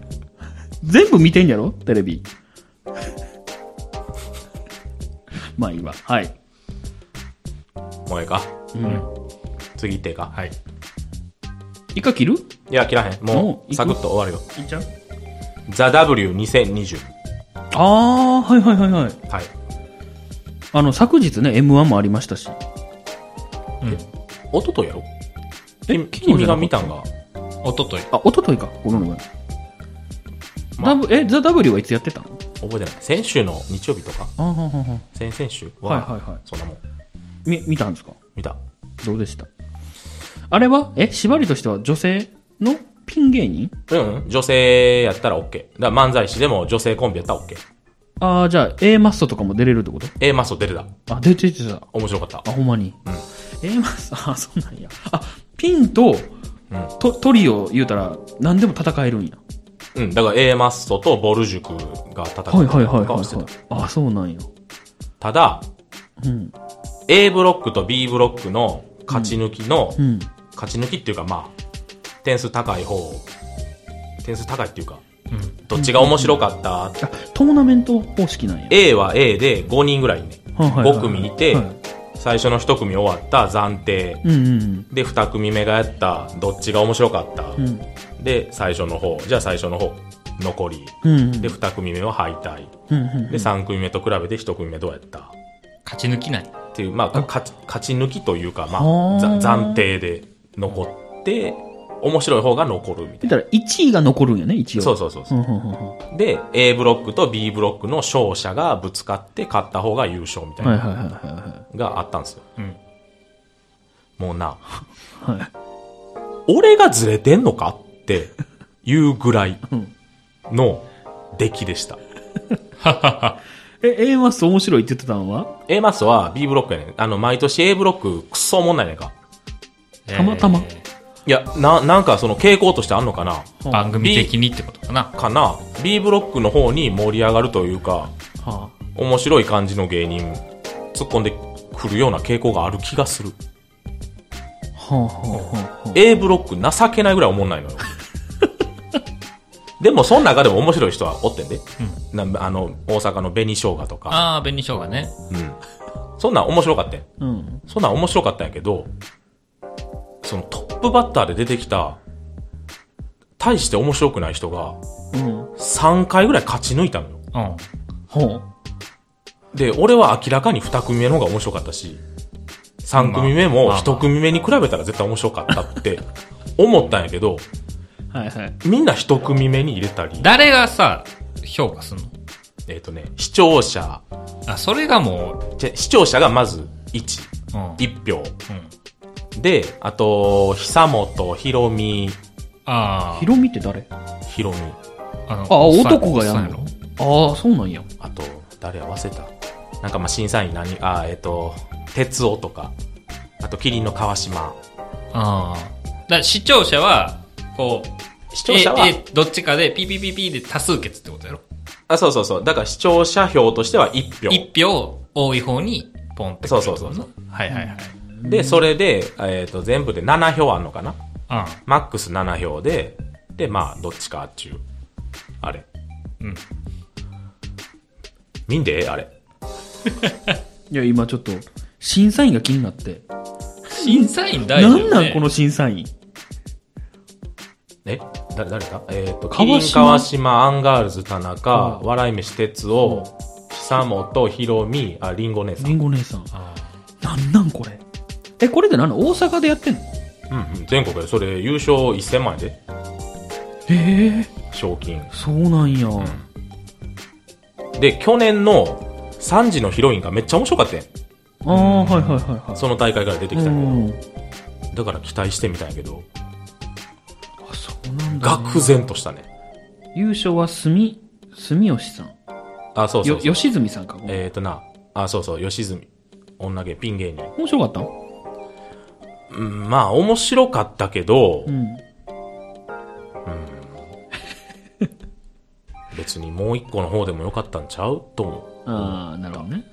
[SPEAKER 2] 全部見てんやろテレ ビ。まあいいわ。はい。
[SPEAKER 1] もうええか
[SPEAKER 2] うん。
[SPEAKER 1] 次行ってええか
[SPEAKER 3] はい。
[SPEAKER 2] 一回切る
[SPEAKER 1] いや、切らへん。も
[SPEAKER 2] もう行
[SPEAKER 1] う、
[SPEAKER 2] く
[SPEAKER 1] サクッと終わるよ。
[SPEAKER 2] いっちゃう
[SPEAKER 1] ザ・ W2020。
[SPEAKER 2] あー、はいはいはいはい。
[SPEAKER 1] はい。
[SPEAKER 2] あの、昨日ね、M1 もありましたし。
[SPEAKER 3] うん。
[SPEAKER 1] 一昨日やろ
[SPEAKER 2] え
[SPEAKER 1] 君が見たんが、
[SPEAKER 3] おととい。
[SPEAKER 2] あ、一昨日か。ごめんごめん。
[SPEAKER 1] まあ
[SPEAKER 2] W- え、ザ・ W はいつやってたの
[SPEAKER 1] 覚えてない。先週の日曜日とか、
[SPEAKER 2] あはんはんはん
[SPEAKER 1] 先々週
[SPEAKER 2] はい
[SPEAKER 1] は、
[SPEAKER 2] はいはい
[SPEAKER 1] そんなもん、
[SPEAKER 2] み、見たんですか
[SPEAKER 1] 見た。
[SPEAKER 2] どうでしたあれはえ、縛りとしては女性のピン芸人
[SPEAKER 1] うん、女性やったら OK。だから漫才師でも女性コンビやったら OK。
[SPEAKER 2] ああ、じゃあ A マストとかも出れるってこと
[SPEAKER 1] A マスト出てた。
[SPEAKER 2] あ、出てた。
[SPEAKER 1] 面白かった
[SPEAKER 2] あ、。ほんまに。A マスト、あ、そうなんや。あ、ピンと、
[SPEAKER 1] うん
[SPEAKER 2] とトリオ言うたら何でも戦えるんや。
[SPEAKER 1] うん、だから A マストとボル塾が戦ってた
[SPEAKER 2] はい
[SPEAKER 1] り
[SPEAKER 2] はいは
[SPEAKER 1] と
[SPEAKER 2] い
[SPEAKER 1] か
[SPEAKER 2] はい、
[SPEAKER 1] はして
[SPEAKER 2] はい
[SPEAKER 1] た。。
[SPEAKER 2] あ、そうなんや。
[SPEAKER 1] ただ、
[SPEAKER 2] うん。
[SPEAKER 1] A ブロックと B ブロックの勝ち抜きの、
[SPEAKER 2] うん。
[SPEAKER 1] 勝ち抜きっていうかまあ、点数高い方、点数高いっていうか、
[SPEAKER 3] うん。
[SPEAKER 1] どっちが面白かった、
[SPEAKER 2] あ、トーナメント方式なんや。
[SPEAKER 1] A は A で5人ぐらいね、
[SPEAKER 2] はいはいはい
[SPEAKER 1] 5組いて、
[SPEAKER 2] はい
[SPEAKER 1] 最初の1組終わった暫定、
[SPEAKER 2] うんうん
[SPEAKER 1] で2組目がやったどっちが面白かった、
[SPEAKER 2] うん。うん。
[SPEAKER 1] で最初の方じゃあ最初の方残り
[SPEAKER 2] うんうん。
[SPEAKER 1] で2組目は敗退
[SPEAKER 2] うんうんうん
[SPEAKER 1] で3組目と比べて1組目どうやったっ
[SPEAKER 3] 勝ち抜きない。
[SPEAKER 1] ていうまあか勝ち勝ち抜きというかまあ
[SPEAKER 2] あー
[SPEAKER 1] ざ暫定で残って面白い方が残るみたいな
[SPEAKER 2] 見たら1位が残るんやね、一応。
[SPEAKER 1] そうそうそうそう
[SPEAKER 2] うんうんうんうん。
[SPEAKER 1] で A ブロックと B ブロックの勝者がぶつかって勝った方が優勝みたい
[SPEAKER 2] はい
[SPEAKER 1] な
[SPEAKER 2] はいはいは
[SPEAKER 1] のがあったんですよ
[SPEAKER 3] うん。
[SPEAKER 1] もうない
[SPEAKER 2] はい。はい。
[SPEAKER 1] 俺がずれてんのかっていうぐらい
[SPEAKER 2] うん
[SPEAKER 1] の出来でした。
[SPEAKER 2] え、A マスト面白いって言ってたのは
[SPEAKER 1] A マスは B ブロックやねん。あの、毎年 A ブロッククソおもんないねんか。
[SPEAKER 2] たまたま
[SPEAKER 3] えー
[SPEAKER 1] いや、な、なんかその傾向としてあんのかな
[SPEAKER 3] 番組的にってことかな。
[SPEAKER 1] かな ?B ブロックの方に盛り上がるというか、
[SPEAKER 2] は
[SPEAKER 1] 面白い感じの芸人突っ込んでくるような傾向がある気がする。
[SPEAKER 2] あ、はあ、はあ、はあ。
[SPEAKER 1] A ブロック情けないぐらいおもんないのよ。 でも、その中でも面白い人はおってんで。なあの、大阪の紅生姜とか。
[SPEAKER 3] ああ、紅生姜ね。
[SPEAKER 1] うん。そんなん面白かったよ。
[SPEAKER 2] うん。
[SPEAKER 1] そんなん面白かったんやけど、そのトップバッターで出てきた、大して面白くない人が、
[SPEAKER 2] うん。
[SPEAKER 1] 3回ぐらい勝ち抜いたのよ。
[SPEAKER 3] うん。
[SPEAKER 2] ほう。
[SPEAKER 1] で、俺は明らかに2組目の方が面白かったし、3組目も
[SPEAKER 3] まあまあ
[SPEAKER 1] 1組目に比べたら絶対面白かったって思ったんやけど、
[SPEAKER 2] はいはい。
[SPEAKER 1] みんな1組目に入れたり、
[SPEAKER 3] 誰がさ、評価すんの
[SPEAKER 1] えっ、とね、視聴者、
[SPEAKER 3] あ、それがも
[SPEAKER 1] じゃ視聴者がまず1、
[SPEAKER 3] う、うん。
[SPEAKER 1] 1票。
[SPEAKER 3] うん
[SPEAKER 1] で、あと、久本、ひろみ、
[SPEAKER 3] あ
[SPEAKER 2] ヒロミって誰
[SPEAKER 1] ひろみ、
[SPEAKER 3] あ、あの
[SPEAKER 2] あ、男がや
[SPEAKER 3] ん
[SPEAKER 2] んのああ、そうなんや。
[SPEAKER 1] あと、誰や忘れたなんかまあ審査員何あ、えっ、と、哲夫とか、あと、キリンの川島。
[SPEAKER 3] ああ。だから視聴者は、こう、
[SPEAKER 1] 視聴者は
[SPEAKER 3] え、えどっちかで、ピピピピで多数決ってことやろ。
[SPEAKER 1] あ、そうそうそう。だから視聴者票としては1票。
[SPEAKER 3] 一票多い方に、ポンってくるってことな。
[SPEAKER 1] そうそうそう
[SPEAKER 3] はいはいはい。
[SPEAKER 1] で、それで、えっ、と、全部で7票あんのかな
[SPEAKER 3] あ
[SPEAKER 1] マックス7票で、で、まあ、どっちかっちゅう。あれ。
[SPEAKER 3] うん。
[SPEAKER 1] 見んでええあれ。
[SPEAKER 2] いや、今ちょっと、審査員が気になって。
[SPEAKER 3] 審査員大
[SPEAKER 2] な
[SPEAKER 3] 事、
[SPEAKER 2] ん
[SPEAKER 3] ね。
[SPEAKER 2] なんこの審査員。
[SPEAKER 1] え誰、誰だえっ、と、キ
[SPEAKER 2] 川島
[SPEAKER 1] リン川島、アンガールズ、田中、
[SPEAKER 2] うん
[SPEAKER 1] 笑い飯、哲夫、久本、ひろみ、あ、りんご姉さん。
[SPEAKER 2] りんご姉さん。
[SPEAKER 3] あ
[SPEAKER 2] なんなんこれ。え、これで何なの大阪でやってんの
[SPEAKER 1] うん、うん。全国で、それ、優勝1000万円で、
[SPEAKER 2] ええ
[SPEAKER 1] 賞金。
[SPEAKER 2] そうなんや。
[SPEAKER 1] で、去年の3時のヒロインがめっちゃ面白かったやん。
[SPEAKER 2] ああ、はいはいはいはい。
[SPEAKER 1] その大会から出てきた
[SPEAKER 2] う
[SPEAKER 1] けど。
[SPEAKER 2] ん。
[SPEAKER 1] だから期待してみたんやけど、
[SPEAKER 2] あ、そうなんだ、ね。
[SPEAKER 1] 愕然としたね。
[SPEAKER 2] 優勝は住、住吉さん。
[SPEAKER 1] あ、そうそうそう
[SPEAKER 2] よ、吉住さんか。
[SPEAKER 1] えっ、ー、とな、あ、そうそう、吉住。女芸、ピン芸人。
[SPEAKER 2] 面白かった
[SPEAKER 1] うん、まあ、面白かったけど、
[SPEAKER 2] うん。
[SPEAKER 1] 別にもう一個の方でもよかったんちゃうと思
[SPEAKER 2] ああ、なるほどね。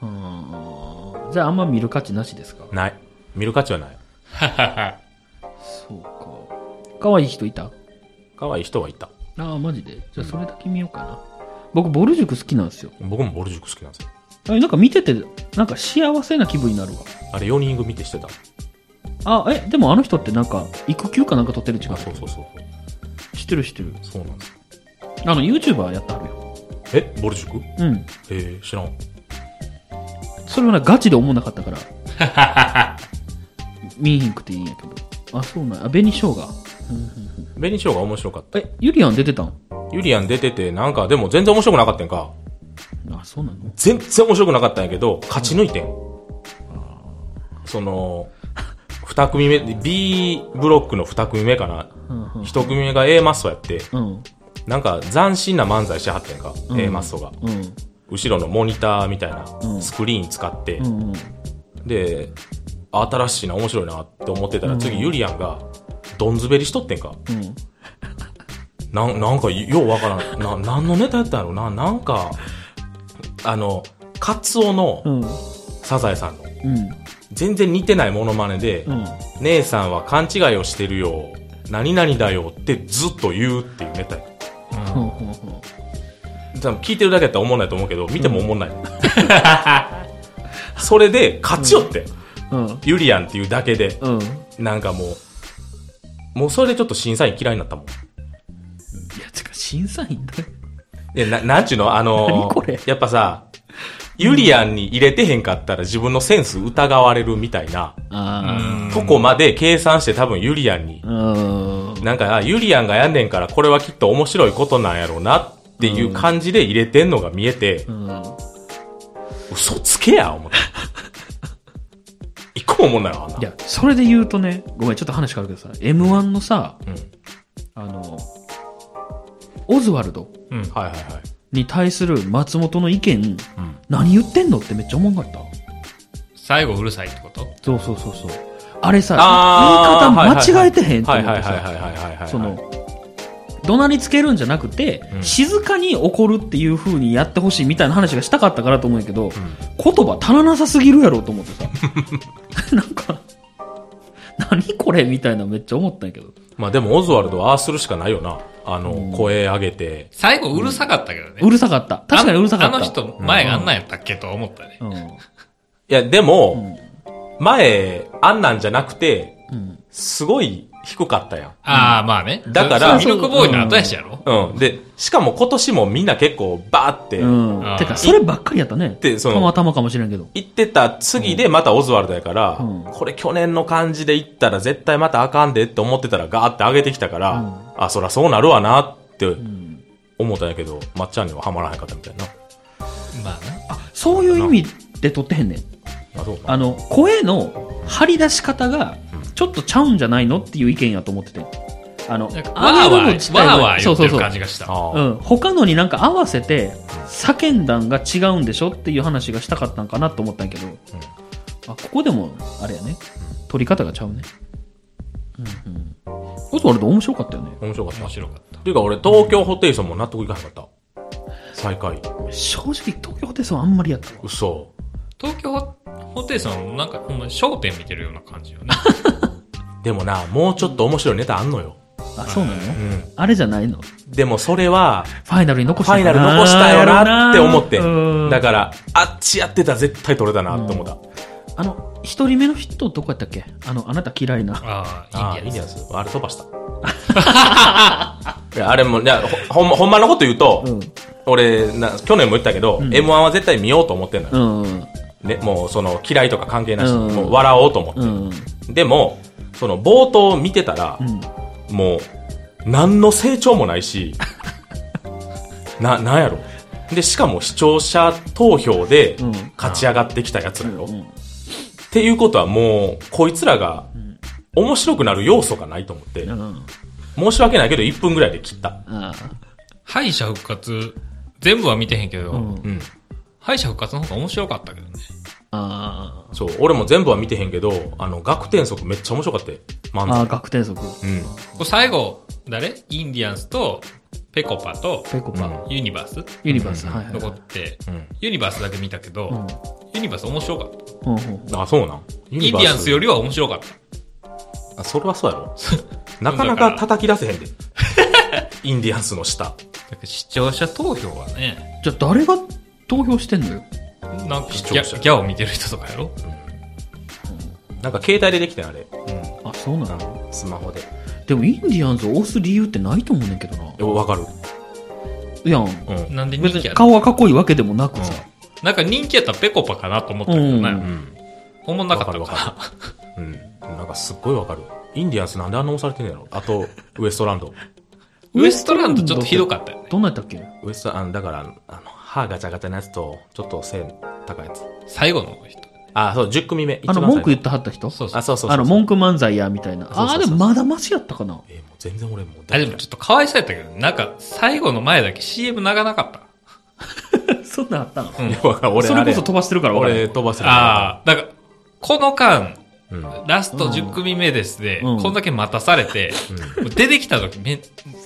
[SPEAKER 2] あーじゃああんま見る価値なしですか
[SPEAKER 1] う。ない。見る価値はない。
[SPEAKER 2] そうか。可愛い人いた
[SPEAKER 1] 可愛い人はいた。
[SPEAKER 2] ああ、マジで。じゃあそれだけ見ようかな。僕、ボル塾好きなんですよ。
[SPEAKER 1] 僕もボル塾好きなんですよ。
[SPEAKER 2] あなんか見てて、なんか幸せな気分になるわ。
[SPEAKER 1] あれ4人組ってしてた。
[SPEAKER 2] あ、え、でもあの人ってなんか、育休かなんか取ってる違
[SPEAKER 1] あ、
[SPEAKER 2] う。
[SPEAKER 1] そうそうそう。
[SPEAKER 2] 知ってる知ってる。
[SPEAKER 1] そうなんですよ。
[SPEAKER 2] あの、YouTuber やってはるよ。
[SPEAKER 1] え、ボル塾
[SPEAKER 2] うん。
[SPEAKER 1] えー、知らん。
[SPEAKER 2] それはな、ガチで思わなかったから。見えへんくていいんやけど。あ、そうなんや。あ、紅生姜。
[SPEAKER 1] 紅生姜面白かった。
[SPEAKER 2] え、ゆりやん出てたん
[SPEAKER 1] ユリアン出てて、なんかでも全然面白くなかったんか。
[SPEAKER 2] あ、そうなの
[SPEAKER 1] 全然面白くなかったんやけど、勝ち抜いてん。その、二組目、B ブロックの二組目かな。
[SPEAKER 2] うん
[SPEAKER 1] 一組目が A マッソやって、
[SPEAKER 2] うん。うん。
[SPEAKER 1] なんか斬新な漫才しはってんか、
[SPEAKER 2] うん
[SPEAKER 1] A マッソが。
[SPEAKER 2] うん。
[SPEAKER 1] 後ろのモニターみたいな
[SPEAKER 2] うん
[SPEAKER 1] スクリーン使って、
[SPEAKER 2] うんうん。
[SPEAKER 1] で、新しいな、面白いなって思ってたら、次ユリアンが、どんずべりしとってんか。
[SPEAKER 2] うん。
[SPEAKER 1] なんなんか、ようわからん。な、何のネタやったんやろな。なんか、あの、カツオの
[SPEAKER 2] うん。
[SPEAKER 1] サザエさんの、
[SPEAKER 2] うん。
[SPEAKER 1] 全然似てないモノマネで、
[SPEAKER 2] うん。
[SPEAKER 1] 姉さんは勘違いをしてるよ。何々だよってずっと言うっていうネタや。
[SPEAKER 2] ほうほうほ
[SPEAKER 1] 多分聞いてるだけやったら思んないと思うけど、見ても思んない。それで、勝ちよって。
[SPEAKER 2] ううん。
[SPEAKER 1] ユリアンっていうだけで、
[SPEAKER 2] うん。
[SPEAKER 1] なんかもう、もうそれでちょっと審査員嫌いになったもん。
[SPEAKER 2] いや、つか審査員だよ。
[SPEAKER 1] で、な、なんちゅうのあの
[SPEAKER 2] 何これ
[SPEAKER 1] やっぱさ、ユリアンに入れてへんかったら自分のセンス疑われるみたいな、
[SPEAKER 2] あ
[SPEAKER 1] とこまで計算して多分ユリアンに
[SPEAKER 2] あ。、うん。
[SPEAKER 1] なんか、あユリアンがやんねんからこれはきっと面白いことなんやろうなっていう感じで入れてんのが見えて、
[SPEAKER 2] うん。
[SPEAKER 1] 嘘つけや
[SPEAKER 2] 。
[SPEAKER 1] 思って。一個も思んないわ、あんない
[SPEAKER 2] や、それで言うとね、ごめん、ちょっと話変わるけどさ、M1 のさ、
[SPEAKER 1] うん。
[SPEAKER 2] あの、オズワルド
[SPEAKER 3] うん。
[SPEAKER 1] はいはいはい。
[SPEAKER 2] に対する松本の意見、
[SPEAKER 1] うん
[SPEAKER 2] 何言ってんのってめっちゃ思んかった。
[SPEAKER 3] 最後うるさいってこと
[SPEAKER 2] そうそうそうそう。あれさ、
[SPEAKER 1] あー
[SPEAKER 2] 言い方間違えてへんと
[SPEAKER 1] はい
[SPEAKER 2] 思
[SPEAKER 1] は
[SPEAKER 2] っ
[SPEAKER 1] い
[SPEAKER 2] て
[SPEAKER 1] はいはいはい
[SPEAKER 2] さ、
[SPEAKER 1] はいはい。
[SPEAKER 2] その、怒鳴りつけるんじゃなくて、
[SPEAKER 1] うん
[SPEAKER 2] 静かに怒るっていう風にやってほしいみたいな話がしたかったからと思うんやけど、言葉足らなさすぎるやろと思ってさ、 なんか、何これみたいなめっちゃ思ったんやけど。
[SPEAKER 1] まあでもオズワルドはああするしかないよな。あの、声上げて。
[SPEAKER 3] 最後うるさかったけどね。
[SPEAKER 2] うるさかった。確かにうるさかった。
[SPEAKER 3] あのあの人、前あんなんやったっけと思ったね。
[SPEAKER 2] う
[SPEAKER 1] いや、でも、前、あんなんじゃなくて、
[SPEAKER 2] ん。うん。
[SPEAKER 1] すごい低かったや
[SPEAKER 3] ああ、まあね。
[SPEAKER 1] だから
[SPEAKER 3] ミルクボーイの後やしやろ
[SPEAKER 1] ん。うん。で、しかも今年もみんな結構バーって、
[SPEAKER 2] うん。
[SPEAKER 3] あー
[SPEAKER 2] てか、そればっかりやったね。
[SPEAKER 1] でその
[SPEAKER 2] たまたまかもしれんけど。
[SPEAKER 1] 行ってた次でまたオズワルドやから、
[SPEAKER 2] うん
[SPEAKER 1] これ去年の感じで行ったら絶対またあかんでって思ってたらガーって上げてきたから、あ、そらそうなるわなって
[SPEAKER 2] うん。
[SPEAKER 1] 思ったんやけど、まっちゃんにはハマらへんかったみたいな。
[SPEAKER 3] まあな。
[SPEAKER 2] あ、そういう意味で撮ってへんねん。
[SPEAKER 1] あ、そうか。
[SPEAKER 2] あの、声の張り出し方が、ちょっとちゃうんじゃないのっていう意見やと思ってて。あの、
[SPEAKER 3] なんかわーわ
[SPEAKER 2] 上げるの自
[SPEAKER 3] ー、
[SPEAKER 2] 体
[SPEAKER 3] わ
[SPEAKER 2] は
[SPEAKER 3] ーわー
[SPEAKER 2] そ
[SPEAKER 3] 言
[SPEAKER 2] う
[SPEAKER 3] っ
[SPEAKER 2] そ
[SPEAKER 3] て
[SPEAKER 2] う
[SPEAKER 3] る
[SPEAKER 2] そう。
[SPEAKER 3] 感じがした。
[SPEAKER 1] あ
[SPEAKER 2] う
[SPEAKER 1] ー
[SPEAKER 2] ん、他のになんか合わせて叫んだんが違うんでしょっていう話がしたかったんかなと思ったんやけど、あここでもあれやね取り方がちゃうねうんうんオズワルド面白かったよね
[SPEAKER 1] 面白かった
[SPEAKER 3] 面。白かった。
[SPEAKER 1] っていうか俺、東京ホテイソンも納得いかなかった。最下位。
[SPEAKER 2] 正直東京ホテイソンあんまりやったわ
[SPEAKER 1] 嘘。
[SPEAKER 3] 東京ホテイソン、なんかほんまに商店見てるような感じよね。
[SPEAKER 1] でもな、もうちょっと面白いネタあんのよ。
[SPEAKER 2] あそうなの、
[SPEAKER 1] うん。
[SPEAKER 2] あれじゃないのフ
[SPEAKER 1] でもそれは、
[SPEAKER 2] ァイナルに残し
[SPEAKER 1] フ
[SPEAKER 2] た
[SPEAKER 1] ァイナル残したよなって思って
[SPEAKER 2] うん
[SPEAKER 1] ん。だから、あっちやってたら絶対取れたなって思った。
[SPEAKER 2] あの一人目の人どこやったっけあのあなた嫌いな
[SPEAKER 3] あ
[SPEAKER 1] あ
[SPEAKER 3] あ、
[SPEAKER 1] あ、
[SPEAKER 3] い
[SPEAKER 1] イ
[SPEAKER 3] い
[SPEAKER 1] ンデ。
[SPEAKER 3] ね
[SPEAKER 1] ィアンス。あれ飛ばした。 いや、あれも、いや、ほほんま、ほんまのこと言うと、
[SPEAKER 2] うん
[SPEAKER 1] 俺な、去年も言ったけど、M1 は絶対見ようと思ってんの
[SPEAKER 2] う
[SPEAKER 1] よ。
[SPEAKER 2] んうん
[SPEAKER 1] ね、もうその、嫌いとか関係なしに、
[SPEAKER 2] うん
[SPEAKER 1] もう笑おうと思って。
[SPEAKER 2] うん
[SPEAKER 1] でも、その、冒頭見てたら、
[SPEAKER 2] うん
[SPEAKER 1] もう、何の成長もない し、な、なんやろ。で、しかも視聴者投票で
[SPEAKER 2] うん
[SPEAKER 1] 勝ち上がってきたやつらよ。
[SPEAKER 2] う
[SPEAKER 1] っ
[SPEAKER 2] ん
[SPEAKER 1] ていうことはもう、こいつらが面白くなる要素がないと思って
[SPEAKER 2] う、ん
[SPEAKER 1] 申し訳ないけど1分ぐらいで切った。
[SPEAKER 2] あ
[SPEAKER 3] 敗者復活、全部は見てへんけ
[SPEAKER 2] ーう
[SPEAKER 3] ど、
[SPEAKER 2] ん
[SPEAKER 1] うん。
[SPEAKER 3] 敗者復活の方が面白かったけどね。
[SPEAKER 2] あー
[SPEAKER 1] そう、俺も全部は見てへんけど、あの、学天則めっちゃ面白かったよ。漫
[SPEAKER 2] あー
[SPEAKER 1] 才。
[SPEAKER 2] 学天則
[SPEAKER 1] うん。
[SPEAKER 3] これ最後、誰インディアンスと、ペコパと、
[SPEAKER 2] ペコパ、
[SPEAKER 1] うん
[SPEAKER 3] ユニバース
[SPEAKER 2] ユニバース、
[SPEAKER 1] うん
[SPEAKER 2] はいはい
[SPEAKER 3] 残
[SPEAKER 2] はい、
[SPEAKER 3] って、
[SPEAKER 1] うん。
[SPEAKER 3] ユニバースだけ見たけど、
[SPEAKER 2] うん
[SPEAKER 3] ユニバース面白かった。
[SPEAKER 2] うんうん
[SPEAKER 1] あ、そうなん。イ
[SPEAKER 3] インディアンスよりは面白かった。
[SPEAKER 1] あ、それはそうやろ。 なかなか叩き出せへん で。インディアンスの下。
[SPEAKER 3] だから視聴者投票はね、
[SPEAKER 2] じゃあ誰が投票してんのよ
[SPEAKER 3] なんかギ
[SPEAKER 1] 視
[SPEAKER 3] ャ
[SPEAKER 1] 聴者
[SPEAKER 3] ギャを見てる人とかやろ
[SPEAKER 1] なんか携帯でできてん、あれ。
[SPEAKER 2] あそうなの
[SPEAKER 1] スマホで。
[SPEAKER 2] でもインディアンズを押す理由ってないと思うねんけどな
[SPEAKER 1] えわかる。
[SPEAKER 2] いやん
[SPEAKER 1] うん。
[SPEAKER 3] なんで人
[SPEAKER 2] 別
[SPEAKER 3] 気
[SPEAKER 2] に
[SPEAKER 3] ある
[SPEAKER 2] 顔はかっこいいわけでもなくさ、
[SPEAKER 3] なんか人気やったらペコパかなと思ったけどね。
[SPEAKER 2] う
[SPEAKER 1] うん。
[SPEAKER 3] 思んなかった
[SPEAKER 1] わかる
[SPEAKER 3] か
[SPEAKER 1] うん。なんかすっごいわかる。インディアンスなんであんな押されてんのやろあと、ウエストランド。
[SPEAKER 3] ウエストランドちょっとひどかったよね
[SPEAKER 2] どんなやったっけ
[SPEAKER 1] ウエスト、あの、だから、あの、歯ガチャガチャのやつと、ちょっと背高いやつ。
[SPEAKER 3] な。最後の人。
[SPEAKER 1] あ、そう、10組目。
[SPEAKER 2] あの、文句言
[SPEAKER 1] っ
[SPEAKER 2] ってはった人
[SPEAKER 3] そうそう。
[SPEAKER 1] あ、そうそうそうそう。
[SPEAKER 2] あの、文句漫才や、みたいな。
[SPEAKER 1] そうそう
[SPEAKER 2] ああ、でもまだマシやったかな。
[SPEAKER 1] えーもう全然俺もう
[SPEAKER 3] あ、でもちょっとかわいそうやったけど、なんか最後の前だけ CM 流らなかっ た。
[SPEAKER 2] そんなんあったの
[SPEAKER 3] うん
[SPEAKER 1] いやわかる俺
[SPEAKER 2] それこそ
[SPEAKER 1] あ
[SPEAKER 2] 飛ばしてるから分からへ
[SPEAKER 1] 俺
[SPEAKER 2] ん
[SPEAKER 1] 飛ばせ
[SPEAKER 3] ああ、だから、この間、
[SPEAKER 1] あ。うん。うん
[SPEAKER 3] ラスト10組目ですで、
[SPEAKER 2] うん
[SPEAKER 3] こんだけ待たされて、もう出てきた時、め、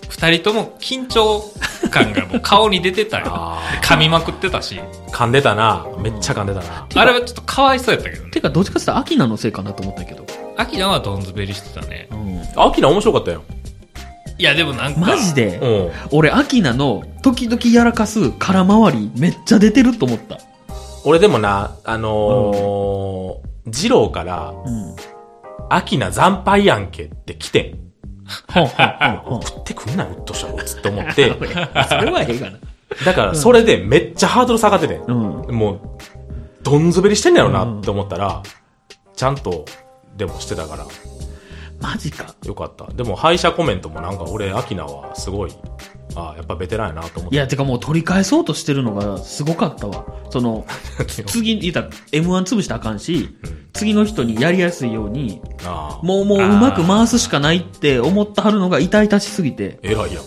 [SPEAKER 3] 二人とも緊張感がもう顔に出てたよ。
[SPEAKER 1] あ
[SPEAKER 3] 噛みまくってたし、
[SPEAKER 1] ー噛んでたな。めっちゃ噛んでたな。
[SPEAKER 3] あれはちょっとかわいそうやったけどね。
[SPEAKER 2] てか、どっちかって言ったらアキナのせいかなと思ったけど。
[SPEAKER 3] 秋菜はドンズベリしてたね。
[SPEAKER 1] アキナ面白かったよ。
[SPEAKER 3] いや、でもなんか、
[SPEAKER 2] マジで、
[SPEAKER 1] うん。
[SPEAKER 2] 俺、アキナの時々やらかす空回りめっちゃ出てると思った。
[SPEAKER 1] 俺でもな、あのー、ジローから、
[SPEAKER 2] うん。
[SPEAKER 1] アキナ惨敗やんけって来てん。
[SPEAKER 2] ほんほんほんほん。
[SPEAKER 1] 食ってくんなよ、うっとしたこいつって思 って。
[SPEAKER 2] それはええがな。
[SPEAKER 1] だから、それでめっちゃハードル下がっててん。
[SPEAKER 2] うん。
[SPEAKER 1] もう、どんずべりしてんだよなって思ったら、ちゃんと、でもしてたから、
[SPEAKER 2] マジか。
[SPEAKER 1] よかった。でも、敗者コメントもなんか俺、アキナはすごい、ああ、やっぱベテランやなと思っ
[SPEAKER 2] い
[SPEAKER 1] て。
[SPEAKER 2] や、てかもう取り返そうとしてるのがすごかったわ。その、次、言ったら M1 潰したらあかんし、
[SPEAKER 1] うん
[SPEAKER 2] 次の人にやりやすいように、
[SPEAKER 1] ああ。
[SPEAKER 2] もうもううまく回すしかないって思ってはるのが痛々しすぎて、
[SPEAKER 1] えらいや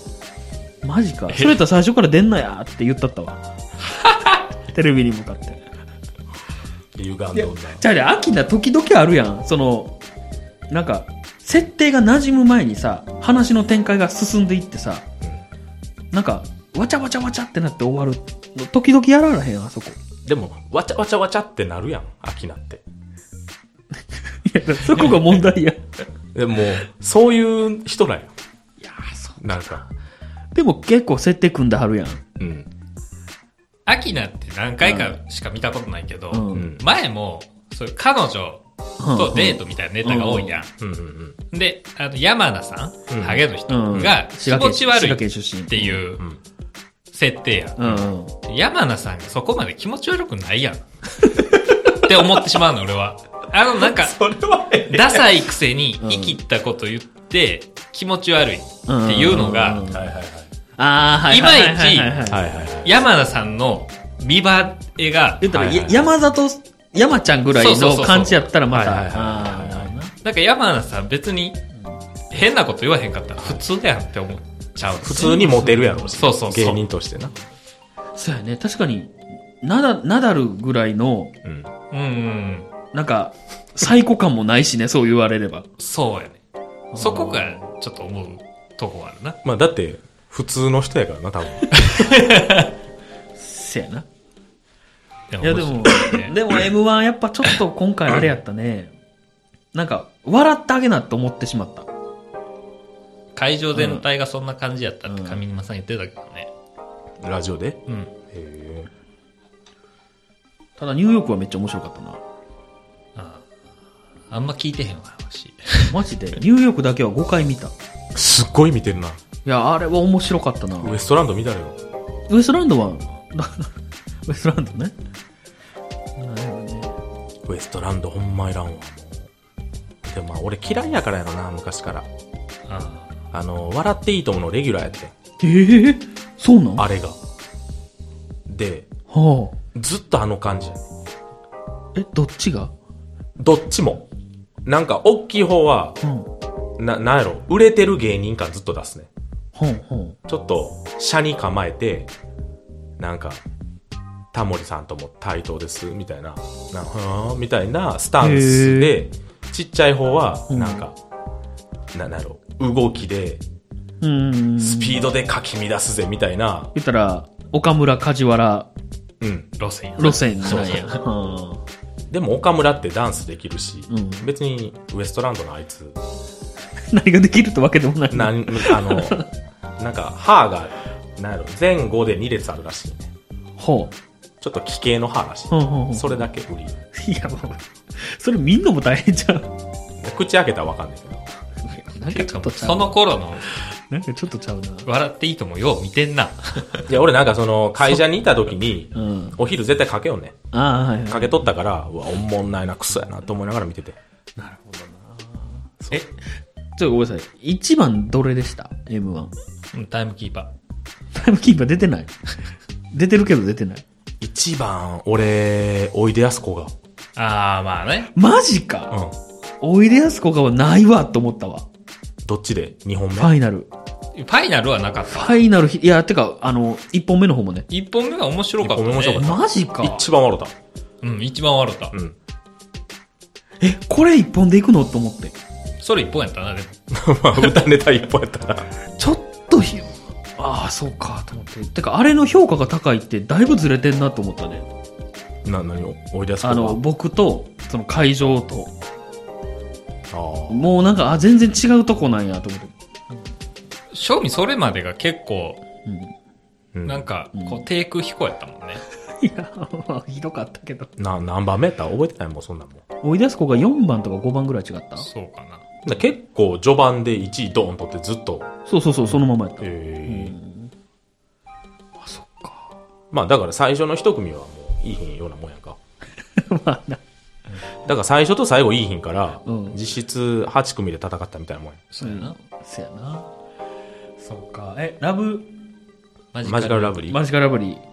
[SPEAKER 1] ん。
[SPEAKER 2] マジか。それやったら最初から出んなやって言ったったわ。 テレビに向かって。
[SPEAKER 1] 歪んだ
[SPEAKER 2] いや
[SPEAKER 1] 女。
[SPEAKER 2] じゃあね、秋だ時々あるやん。その、なんか、設定が馴染む前にさ、話の展開が進んでいってさ、なんか、わちゃわちゃわちゃってなって終わる。時々やられへん、あそこ。
[SPEAKER 1] でも、わちゃわちゃわちゃってなるやん、アキナって。
[SPEAKER 2] いや、そこが問題や。
[SPEAKER 1] でも、そういう人なんや。
[SPEAKER 2] いやそ
[SPEAKER 1] なんか。
[SPEAKER 2] う。でも結構設定組んではるやん。
[SPEAKER 1] うん。
[SPEAKER 3] アキナって何回かしか見たことないけど、
[SPEAKER 2] うん
[SPEAKER 1] うん。
[SPEAKER 3] 前も、そういう彼女とデートみたいなネタが多いやん。
[SPEAKER 1] うんうんうん。
[SPEAKER 3] で、あの、山田さん、
[SPEAKER 1] うん
[SPEAKER 3] ハゲの人が
[SPEAKER 2] 滋
[SPEAKER 3] 気
[SPEAKER 2] 賀
[SPEAKER 3] 持
[SPEAKER 2] 県
[SPEAKER 3] ち悪
[SPEAKER 2] 滋
[SPEAKER 3] い
[SPEAKER 2] 賀
[SPEAKER 3] っ
[SPEAKER 2] 県出身。
[SPEAKER 3] ていう
[SPEAKER 1] うんうん
[SPEAKER 3] 設定やん。
[SPEAKER 2] うんうん。
[SPEAKER 3] 山名さんがそこまで気持ち悪くないやん。って思ってしまうの、俺は。あ の、なんか、
[SPEAKER 1] それはえ
[SPEAKER 3] ダサいくせに、
[SPEAKER 2] うん
[SPEAKER 3] 生きったこと言って、気持ち悪いっていうのが、
[SPEAKER 1] え。はいはいはい。
[SPEAKER 2] ああ、はいはいはいはいはい。
[SPEAKER 1] はいはいはい。
[SPEAKER 3] 山名さんの見栄えが、
[SPEAKER 2] 言ったら、
[SPEAKER 1] はいはいはい
[SPEAKER 2] 山里、山ちゃんぐらいの感じやったらまた。
[SPEAKER 1] そうそうそうそうはいはい
[SPEAKER 2] あ
[SPEAKER 1] はいはい
[SPEAKER 2] ーなるほどな
[SPEAKER 3] なんか山名さん別に、変なこと言わへんかったら普通やんって思っちゃう。
[SPEAKER 1] 普通にモテるやろし
[SPEAKER 3] そうそうそう
[SPEAKER 1] 芸人としてな。
[SPEAKER 2] そうやね。確かに、ナダナダルぐらいの、
[SPEAKER 1] うん。
[SPEAKER 3] うんうん。
[SPEAKER 2] なんか、最古感もないしね、 そう言われれば。
[SPEAKER 3] そうやね。そこが、ちょっと思うとこあるな。
[SPEAKER 1] まあだって、普通の人やからな、多分。
[SPEAKER 2] せやな。
[SPEAKER 3] い
[SPEAKER 2] いや、でも
[SPEAKER 3] 面白いね、
[SPEAKER 2] でも M1 やっぱちょっと今回あれやったね。なんか、笑ってあげなって思ってしまった。
[SPEAKER 3] 会場全体がそんな感じやったって
[SPEAKER 2] うん
[SPEAKER 3] 上沼さん言ってたけどね。
[SPEAKER 1] ラジオで。
[SPEAKER 3] うん。
[SPEAKER 1] へ
[SPEAKER 2] ただニューヨークはめっちゃ面白かったな。
[SPEAKER 3] あああんま聞いてへんわ、話。
[SPEAKER 2] マジで、ニューヨークだけは5回見た。い
[SPEAKER 1] え。すっごい見てるな。
[SPEAKER 2] や、あれは面白かったな。
[SPEAKER 1] ウエストランド見たれよ。
[SPEAKER 2] ウエストランドは、 ウエストランドね。なるほどね。
[SPEAKER 1] ウエストランドほんまいらんわ、もう。でもまあ俺嫌いやからやろな、昔から。
[SPEAKER 3] あ
[SPEAKER 1] あの、笑っていいと思うのレギュラーやってん。
[SPEAKER 2] ええそうなん
[SPEAKER 1] あれが。で、
[SPEAKER 2] は
[SPEAKER 1] ずっとあの感じ。
[SPEAKER 2] あ。え、どっちが
[SPEAKER 1] どっちも。なんか、大きい方は、
[SPEAKER 2] うん。は
[SPEAKER 1] な、なんやろ、売れてる芸人感ずっと出すね。
[SPEAKER 2] あ、は
[SPEAKER 1] ちょっと、車に構えて、なんか、タモリさんとも対等です、みたいな、なふーんみたいなスタンスで、ちっちゃい方は、
[SPEAKER 2] うん
[SPEAKER 1] なんか、ななんやろ、動きで、
[SPEAKER 2] あ。うん。
[SPEAKER 1] スピードでかき乱すぜ、みたいな、
[SPEAKER 2] 言ったら、岡村、梶原、
[SPEAKER 1] うん。
[SPEAKER 3] あ、路線やな
[SPEAKER 2] 路線なんや。
[SPEAKER 3] そうそう
[SPEAKER 2] は
[SPEAKER 1] でも、岡村ってダンスできるし、
[SPEAKER 2] うん
[SPEAKER 1] 別に、ウエストランドのあいつ、
[SPEAKER 2] あ何ができるってわけでもない。
[SPEAKER 1] な、あの、 なんか、歯が、なんやろ、前後で2列あるらしいね。
[SPEAKER 2] ほ
[SPEAKER 1] ちょっと奇形の歯らし
[SPEAKER 2] う。ほうほうほ
[SPEAKER 1] い。
[SPEAKER 2] う。
[SPEAKER 1] それだけ売り。で
[SPEAKER 2] いや、もう、それ見んのも大変じゃん。
[SPEAKER 1] 口開けたらわかんないけど。
[SPEAKER 2] なんか
[SPEAKER 3] ていう
[SPEAKER 2] ち
[SPEAKER 3] か
[SPEAKER 2] ょっと
[SPEAKER 3] もうその頃の
[SPEAKER 2] なんかちょっとちゃうな。
[SPEAKER 3] 笑っていいともよう見てんな。
[SPEAKER 1] いや、俺なんかその、会社にいた時に、
[SPEAKER 2] うん。
[SPEAKER 1] お昼絶対かけよんね。
[SPEAKER 2] ああ、はい、
[SPEAKER 1] か
[SPEAKER 2] はい。
[SPEAKER 1] けとったから、うわ、おもんないな、クソやな、と思いながら見てて。
[SPEAKER 3] え、
[SPEAKER 2] ちょっとごめんなさい。1番どれでした ?M1。
[SPEAKER 3] うんタイムキーパ
[SPEAKER 2] タイムキーパー出てない。出てるけど出てない。
[SPEAKER 1] 一番、俺、おいでやすこが。
[SPEAKER 3] ー。あー、まあね。
[SPEAKER 2] マジ
[SPEAKER 1] う
[SPEAKER 2] か、
[SPEAKER 1] ん。
[SPEAKER 2] おいでやすこがはないわと思ったわ。
[SPEAKER 1] どっちで ?2 本目
[SPEAKER 2] ファイナル。
[SPEAKER 3] ファイナルはなかった。
[SPEAKER 2] ファイナルひ、いや、てか、あの、1本目の方もね。
[SPEAKER 3] 一本目が面白かった、ね。
[SPEAKER 1] 一本目面白かっ
[SPEAKER 2] マジか。
[SPEAKER 1] 一番笑った。
[SPEAKER 3] うん、一番笑った
[SPEAKER 1] う。ん。
[SPEAKER 2] え、これ1本でいくのと思って。
[SPEAKER 3] それ一本やったな、でも。
[SPEAKER 1] まあ、歌ネタ一本やったな。
[SPEAKER 2] ちょっとひああ、そうか、と思って。てか、あれの評価が高いって、だいぶずれてんなと思ったね。
[SPEAKER 1] な、何をおいでやすこ
[SPEAKER 2] あ
[SPEAKER 1] が。
[SPEAKER 2] の、僕と、その会場と、
[SPEAKER 1] あー
[SPEAKER 2] もうなんか、あ、全然違うとこなんやと思って。
[SPEAKER 3] 正味それまでが結構、
[SPEAKER 2] うん。
[SPEAKER 1] うん
[SPEAKER 3] なんか、こう、低空飛行やったもんね。
[SPEAKER 2] いや、まあ、ひどかったけど。
[SPEAKER 1] な、何番目やった覚えてないもん、そんなんもん。
[SPEAKER 2] 追い出す子が4番とか5番ぐらい違った
[SPEAKER 3] そうかな。
[SPEAKER 1] だ結構序盤で1位ドーンとってずっと、
[SPEAKER 2] そうそうそう、そのままやった。
[SPEAKER 1] えー
[SPEAKER 2] あ、そっか。
[SPEAKER 1] まあだから最初の一組はもういいひんようなもんやんか。
[SPEAKER 2] まあな。
[SPEAKER 1] だから最初と最後いいひんから、
[SPEAKER 2] うん
[SPEAKER 1] 実質8組で戦ったみたいなもんや。
[SPEAKER 3] そうやな。
[SPEAKER 2] そやな。そうか。え、ラブ、
[SPEAKER 3] マ
[SPEAKER 1] マジカルラ
[SPEAKER 3] ブ
[SPEAKER 1] ブリー。
[SPEAKER 2] マジカルラブリー。
[SPEAKER 3] リー。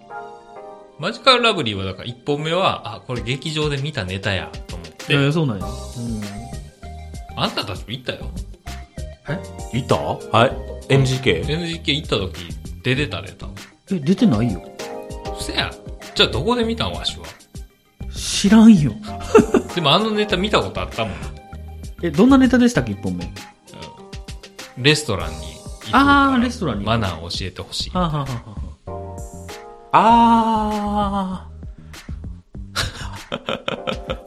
[SPEAKER 3] マジカルラブリーは、だから一本目は、あ、これ劇場で見たネタや、と思っ
[SPEAKER 2] え
[SPEAKER 3] て。
[SPEAKER 2] そうなんや。
[SPEAKER 3] あんたたちも行ったよ。
[SPEAKER 1] いたはい。MGK?
[SPEAKER 3] NGK 行った時、出てたで、多分。
[SPEAKER 2] え、出てないよ。
[SPEAKER 3] せや。じゃあどこで見たんわしは。
[SPEAKER 2] 知らんよ。
[SPEAKER 3] でもあのネタ見たことあったもん。
[SPEAKER 2] え、どんなネタでしたっけ、1本目。
[SPEAKER 3] レストランに行くから
[SPEAKER 2] あーレストランに
[SPEAKER 3] マナーを教えてほしい。
[SPEAKER 2] はあ、はあはあはあ、
[SPEAKER 1] あ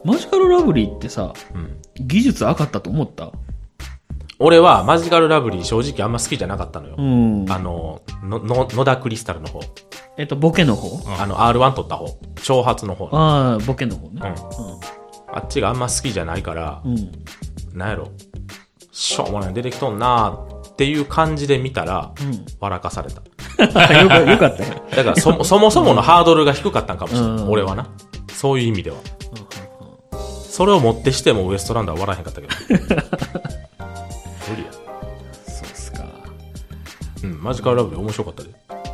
[SPEAKER 2] マジカルラブリーってさ、
[SPEAKER 1] ー。うん。
[SPEAKER 2] 技術上がったと思った
[SPEAKER 1] 俺はマジカルラブリー正直あんま好きじゃなかったのよ。
[SPEAKER 2] うん。
[SPEAKER 1] あの、の、の、野田クリスタルの方。
[SPEAKER 2] えっと、ボケの方
[SPEAKER 3] うん
[SPEAKER 1] あの、R1 取った方。挑発の方。うん。
[SPEAKER 2] ああ、ボケの方ね。
[SPEAKER 1] あっちがあんま好きじゃないから、
[SPEAKER 2] うん。うん。
[SPEAKER 1] なんやろ。しょうもないの出てきとんなーっていう感じで見たら、
[SPEAKER 2] うん。
[SPEAKER 1] 笑かされた。
[SPEAKER 2] よか よかったよ。
[SPEAKER 1] だから そもそもそものハードルが低かったんかもしれない、
[SPEAKER 2] うん
[SPEAKER 1] 俺はなそういう意味ではそれをもってしてもウエストランドは笑わへんかったけど無理や
[SPEAKER 2] そうっすか。
[SPEAKER 1] うんマジカルラブリー面白かったで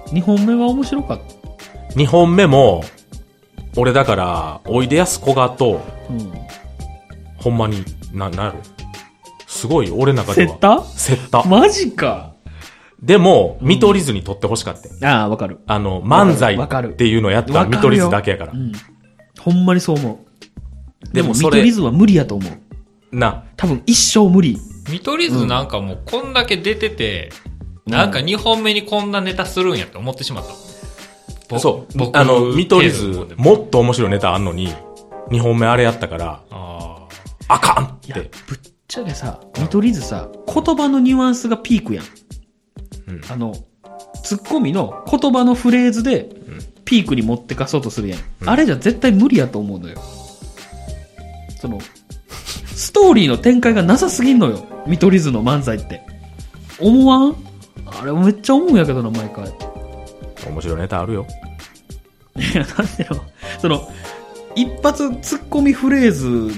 [SPEAKER 2] 2本目は面白かっ
[SPEAKER 1] 2本目も俺だからおいでやすこがと
[SPEAKER 2] た。うん。
[SPEAKER 1] ほんまにななんやろすごい俺の中
[SPEAKER 2] セ
[SPEAKER 1] で
[SPEAKER 2] ッ
[SPEAKER 1] は
[SPEAKER 2] タ
[SPEAKER 1] セッタ
[SPEAKER 2] マジか。
[SPEAKER 1] でも見取り図に撮ってほしかった、
[SPEAKER 2] ああ、わかる。
[SPEAKER 1] あの漫才
[SPEAKER 2] わかる
[SPEAKER 1] っていうのをやった
[SPEAKER 2] わ
[SPEAKER 1] ら
[SPEAKER 2] かるよ
[SPEAKER 1] 見取り図だけやから
[SPEAKER 2] うん。ほんまにそう思う。
[SPEAKER 1] で
[SPEAKER 2] で
[SPEAKER 1] も
[SPEAKER 2] も、見
[SPEAKER 1] それ
[SPEAKER 2] 取り図は無理やと思う。
[SPEAKER 1] な
[SPEAKER 2] 多分、一生無理。
[SPEAKER 3] 見取り図なんかもうこんだけ出てて、なんか2本目にこんなネタするんやって思ってしまった。ぼ
[SPEAKER 1] そうあの見取り図
[SPEAKER 3] 程度のもんでも
[SPEAKER 1] もっと面白いネタあんのに2本目あれやったから
[SPEAKER 3] あー
[SPEAKER 1] あかんっ
[SPEAKER 2] いや、ぶ
[SPEAKER 1] て
[SPEAKER 2] っ。ちゃけさ、見取り図さ、言葉のニュアンスがピークやん。
[SPEAKER 1] うん
[SPEAKER 2] あの、ツッコミの言葉のフレーズで
[SPEAKER 1] ん、
[SPEAKER 2] ピークに持ってかそうとするやん。
[SPEAKER 1] ん
[SPEAKER 2] あれじゃ絶対無理やと思うのよ。その、ストーリーの展開がなさすぎんのよ。見取り図の漫才って。思わんあれめっちゃ思うんやけどな、毎回。
[SPEAKER 1] 面白いネタあるよ。
[SPEAKER 2] いや、なんでよ。その、一発ツッコミフレーズ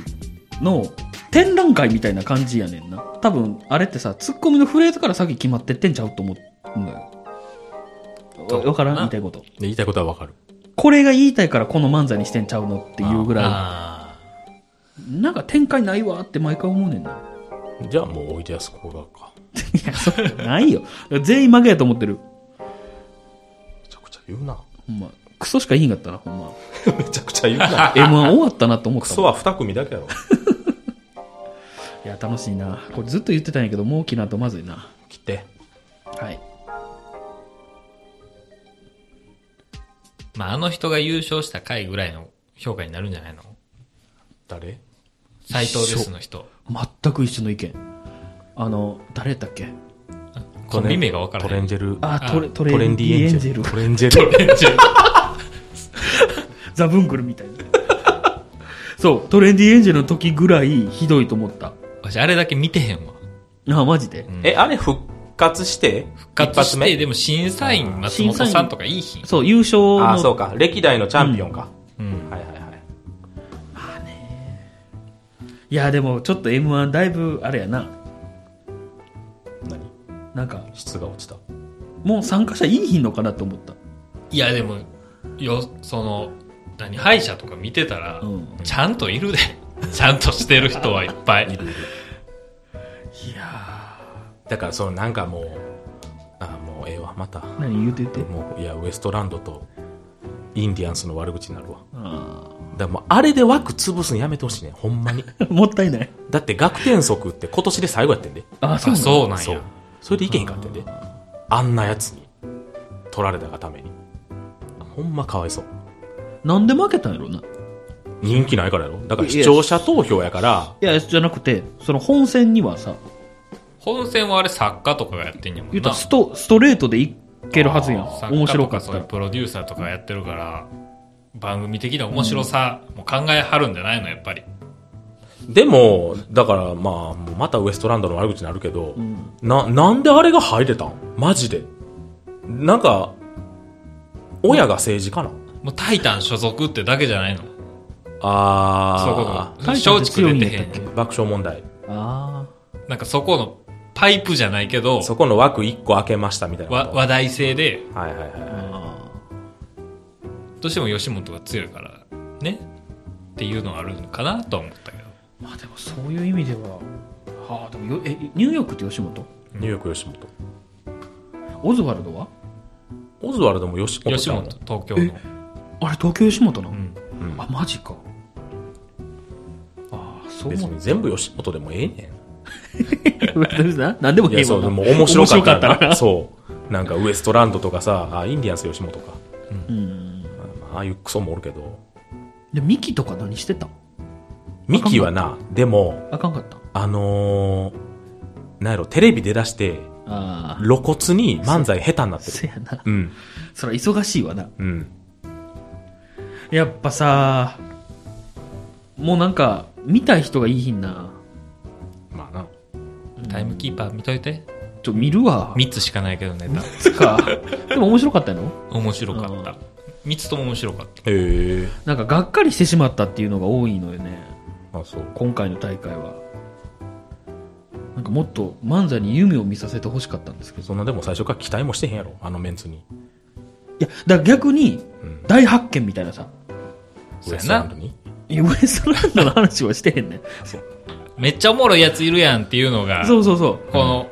[SPEAKER 2] の展覧会みたいな感じやねんな。多分、あれってさ、ツッコミのフレーズから先決まってってんちゃうと思うんだよ。わわからん
[SPEAKER 3] な
[SPEAKER 2] 言いたいこと。
[SPEAKER 1] で言いたいことはわかる。
[SPEAKER 2] これが言いたいからこの漫才にしてんちゃうのっていうぐら
[SPEAKER 3] あ
[SPEAKER 2] い、なんか展開ないわって毎回思うねんな。
[SPEAKER 1] じゃあもうおいでやすこがか。
[SPEAKER 2] いや、それないよ。全員負けやと思ってる。
[SPEAKER 1] めちゃくちゃ言うな。
[SPEAKER 2] ほんま。クソしか言いんかったな、ほんま。
[SPEAKER 1] めちゃくちゃ言うな。
[SPEAKER 2] M1 終わったなと思っ
[SPEAKER 1] ク
[SPEAKER 2] た
[SPEAKER 1] ソ
[SPEAKER 2] もん。
[SPEAKER 1] は2組だけやろ。
[SPEAKER 2] いや、楽しいな。これずっと言ってたんやけど、もうきなとまずいな。
[SPEAKER 1] 来て。
[SPEAKER 2] はい。
[SPEAKER 3] ーまああの人が優勝した回ぐらいの評価になるんじゃないの
[SPEAKER 1] 誰
[SPEAKER 3] 斎藤ですの人。
[SPEAKER 2] 全く一緒の意見あの誰やったっけ
[SPEAKER 3] コンビ名がわから
[SPEAKER 1] ト
[SPEAKER 3] な
[SPEAKER 1] レン
[SPEAKER 3] い。
[SPEAKER 1] ジェル。
[SPEAKER 2] あ
[SPEAKER 3] あ
[SPEAKER 2] トレト
[SPEAKER 1] ト
[SPEAKER 2] レ
[SPEAKER 1] レ
[SPEAKER 2] ン
[SPEAKER 1] ン
[SPEAKER 2] デ
[SPEAKER 1] デ
[SPEAKER 2] ィ
[SPEAKER 1] ィ
[SPEAKER 2] エ
[SPEAKER 1] エ
[SPEAKER 2] ン
[SPEAKER 1] ン
[SPEAKER 2] ジ
[SPEAKER 1] ジ
[SPEAKER 2] ェ
[SPEAKER 1] ェ
[SPEAKER 2] ル
[SPEAKER 1] ル。トレンジェル。
[SPEAKER 2] ザ・ブングルみたいなそうトレンディエンジェルの時ぐらいひどいと思った
[SPEAKER 3] わしあれだけ見てへんわ。
[SPEAKER 2] あマジで
[SPEAKER 3] ん
[SPEAKER 1] え、あれ復活して、
[SPEAKER 3] 復活
[SPEAKER 1] 一発
[SPEAKER 3] し
[SPEAKER 1] 目
[SPEAKER 3] て、でも審査員松本さんとかいいひん。
[SPEAKER 2] そう、優勝の。
[SPEAKER 1] ああ、そうか。歴代のチャンピオンか。
[SPEAKER 3] うん。
[SPEAKER 1] はいはいはい。
[SPEAKER 2] いや、でも、ちょっと M1 だいぶ、あれやな。
[SPEAKER 1] 何
[SPEAKER 2] なんか、
[SPEAKER 1] 質が落ちた。
[SPEAKER 2] もう参加者いいひんのかなと思った。
[SPEAKER 3] いや、でも、よ、その、何、歯医者とか見てたら、
[SPEAKER 2] うん
[SPEAKER 3] ちゃんといるで。 ちゃんとしてる人はいっ ぱい。
[SPEAKER 2] いや
[SPEAKER 1] だから、そのなんかもう、ああ、もうええわ、また。
[SPEAKER 2] ー。何言うてて。
[SPEAKER 1] もう、いや、ウエストランドと、インディアンスの悪口になるわ。
[SPEAKER 2] あ
[SPEAKER 1] だからもう、あれで枠潰すのやめてほしいね。ほんまに。
[SPEAKER 2] ー もったいない。
[SPEAKER 1] だって、学天則って今年で最後やってんで。
[SPEAKER 2] あー、
[SPEAKER 3] あ、
[SPEAKER 2] そう
[SPEAKER 3] そうなん
[SPEAKER 1] そう
[SPEAKER 3] や。。
[SPEAKER 1] それでいけへんかってんで。あんなやつに、取られたがために。ほんまかわいそう。
[SPEAKER 2] なん。なんで負けたんやろな。
[SPEAKER 1] 人気ないからやろだから
[SPEAKER 2] い
[SPEAKER 1] 視
[SPEAKER 2] や
[SPEAKER 1] 聴者投票やから、
[SPEAKER 2] いや、じゃなくて、その本戦にはさ、
[SPEAKER 3] 本戦はあれ作家とかがやってんやもん
[SPEAKER 2] 言うた
[SPEAKER 3] な。
[SPEAKER 2] らスト、ストレートでいけるはずやん。
[SPEAKER 3] 作
[SPEAKER 2] 面
[SPEAKER 3] 家
[SPEAKER 2] 白
[SPEAKER 3] と
[SPEAKER 2] か
[SPEAKER 3] か
[SPEAKER 2] った
[SPEAKER 3] そういう
[SPEAKER 2] ら。
[SPEAKER 3] プロデューサーとかやってるから、番組的な面白さも考えはるんじゃないの、やっぱり。
[SPEAKER 1] でも、だからまあ、もうまたウエストランドの悪口になるけど、
[SPEAKER 2] ん
[SPEAKER 1] な、なんであれが入れたんマジで。なんか、親が政治かな、
[SPEAKER 3] もうタイタン所属ってだけじゃないの。そういうこと
[SPEAKER 1] あ
[SPEAKER 3] か
[SPEAKER 1] あ。
[SPEAKER 3] 松竹出
[SPEAKER 2] タイタン
[SPEAKER 3] てへ
[SPEAKER 2] って強いんやったっ
[SPEAKER 3] ん。
[SPEAKER 1] 爆笑問題。
[SPEAKER 2] あ
[SPEAKER 3] なんかそこのパイプじゃないけど、
[SPEAKER 1] そこの枠1個開けましたみたいな
[SPEAKER 3] わ
[SPEAKER 1] こと。
[SPEAKER 3] 話題性で、
[SPEAKER 1] はいはいは
[SPEAKER 2] あ。
[SPEAKER 3] どうしても吉本が強いから、ね。っていうのはあるのかなとは思ったけど。
[SPEAKER 2] まあでも、そういう意味では、はあ、でもよ、え、ニューヨークって吉本
[SPEAKER 1] い。ニューヨーク吉本。
[SPEAKER 2] オズワルドは
[SPEAKER 1] オズワルドも吉本。
[SPEAKER 3] 吉本、東京の。
[SPEAKER 2] あれ、東京吉本な
[SPEAKER 3] う
[SPEAKER 2] の、
[SPEAKER 3] ん。
[SPEAKER 2] あ、マジか。ああ、そう
[SPEAKER 1] 別
[SPEAKER 2] 思っ
[SPEAKER 1] に全部吉本でもええね
[SPEAKER 2] た。何でも
[SPEAKER 1] ん。いや、
[SPEAKER 2] 平
[SPEAKER 1] そう、
[SPEAKER 2] 凡
[SPEAKER 1] で
[SPEAKER 2] な
[SPEAKER 1] も面白かった
[SPEAKER 2] 面白
[SPEAKER 1] らな。そう。なんかウエストランドとかさ、あ、インディアンス吉本か。
[SPEAKER 2] うん。
[SPEAKER 1] ああいうクソもおるけど。
[SPEAKER 2] で、ミキとか何してた
[SPEAKER 1] ミキはな、でも、
[SPEAKER 2] あかんかった。
[SPEAKER 1] あのー、なんやろ、テレビ出だして、
[SPEAKER 2] ああ。
[SPEAKER 1] 露骨に漫才下手になってる。
[SPEAKER 2] せやな。
[SPEAKER 1] うん。
[SPEAKER 2] そら忙しいわな。
[SPEAKER 1] うん。
[SPEAKER 2] やっぱさ、もうなんか、見たい人がいいひんな。
[SPEAKER 1] まあな。
[SPEAKER 3] タイムキーパー見といて。
[SPEAKER 2] ちょ、見るわ。
[SPEAKER 3] 3つしかないけどネタ。
[SPEAKER 2] つか。でも面白かったの
[SPEAKER 3] 面白かっ
[SPEAKER 2] う
[SPEAKER 3] た。3つとも面白かった。
[SPEAKER 1] へえ。
[SPEAKER 2] なんか、がっかりしてしまったっていうのが多いのよね。
[SPEAKER 1] あ、そう。
[SPEAKER 2] 今回の大会は。なんかもっと漫才に夢を見させてほしかったんですけど。
[SPEAKER 1] そんなでも最初から期待もしてへんやろ、あのメンツに。
[SPEAKER 2] いや、だから逆に
[SPEAKER 1] うん、
[SPEAKER 2] 大発見みたいなさ。
[SPEAKER 3] そうや
[SPEAKER 1] ストラン
[SPEAKER 3] な
[SPEAKER 1] ド。に。
[SPEAKER 2] いやウエストランドの話はしてへんねん。
[SPEAKER 3] めっちゃおもろいやついるやんっていうのが、
[SPEAKER 2] そうそうそう。
[SPEAKER 3] この、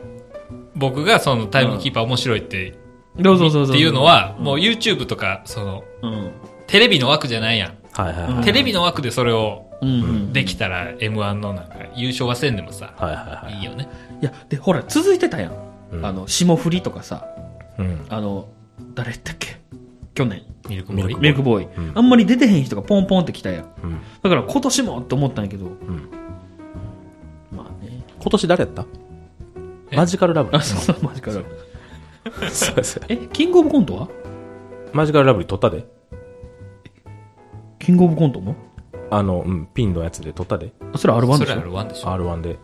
[SPEAKER 3] 僕がそのタイムキーパー面白いって、っ
[SPEAKER 2] そうそうそうそう。
[SPEAKER 3] ていうの、は、もう YouTube とか、その、
[SPEAKER 2] うん。
[SPEAKER 3] テレビの枠じゃないやん。
[SPEAKER 1] はいはいはい。
[SPEAKER 2] うん
[SPEAKER 1] はい
[SPEAKER 3] テレビの枠でそれを
[SPEAKER 2] うん、うん。
[SPEAKER 3] できたら M1 のなんか優勝はせんでもさ、
[SPEAKER 1] はいはいい。
[SPEAKER 3] いよね。
[SPEAKER 2] いや、で、ほら、続いてたやん。
[SPEAKER 1] うん
[SPEAKER 2] あの、霜降りとかさ、
[SPEAKER 1] うん。
[SPEAKER 2] あの、誰だっけ去年、
[SPEAKER 3] ミルクボーイ。
[SPEAKER 2] ミルクボーイ、
[SPEAKER 1] うん
[SPEAKER 2] あんまり出てへん人がポンポンって来たやん。
[SPEAKER 1] うん。
[SPEAKER 2] だから今年もって思ったんやけど、
[SPEAKER 1] ん
[SPEAKER 2] まあね。
[SPEAKER 1] 今年誰やった
[SPEAKER 3] え
[SPEAKER 1] マジカルラブリ
[SPEAKER 2] あ、
[SPEAKER 1] ー。
[SPEAKER 2] そうそう、 マジかよ。
[SPEAKER 1] そうそう
[SPEAKER 2] え、キングオブコントは
[SPEAKER 1] マジカルラブリー撮ったで。
[SPEAKER 2] キングオブコントも
[SPEAKER 1] あの、うん、ピンのやつで撮ったで。
[SPEAKER 2] あそれ R1
[SPEAKER 3] そ
[SPEAKER 2] で
[SPEAKER 3] れ
[SPEAKER 2] し
[SPEAKER 3] あ
[SPEAKER 2] ょ
[SPEAKER 3] るワンでしょ
[SPEAKER 1] R1 で。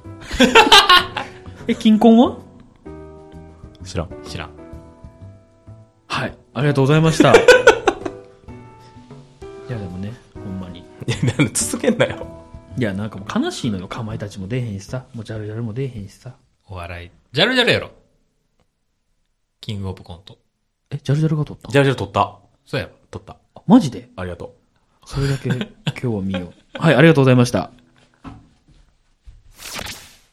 [SPEAKER 2] え、金婚は
[SPEAKER 1] 知 らん。
[SPEAKER 3] 知らん。
[SPEAKER 2] はい。ありがとうございま した。いや、でもね、ほんまに。
[SPEAKER 1] いや、なんで続けんなよ。
[SPEAKER 2] いや、なんかもう悲しいのよ。かまいたちも出えへんしさ。もうジャルジャルも出えへんしさ。
[SPEAKER 3] お笑い。ジャルジャルやろ。キングオブコント。
[SPEAKER 2] え、ジャルジャルが撮った
[SPEAKER 1] じゃあじゃあ撮った。
[SPEAKER 3] そうやろ。
[SPEAKER 1] 撮った。
[SPEAKER 2] あマジで
[SPEAKER 1] ありがとう。
[SPEAKER 2] それだけ今日は見よう。はい、ありがとうございました。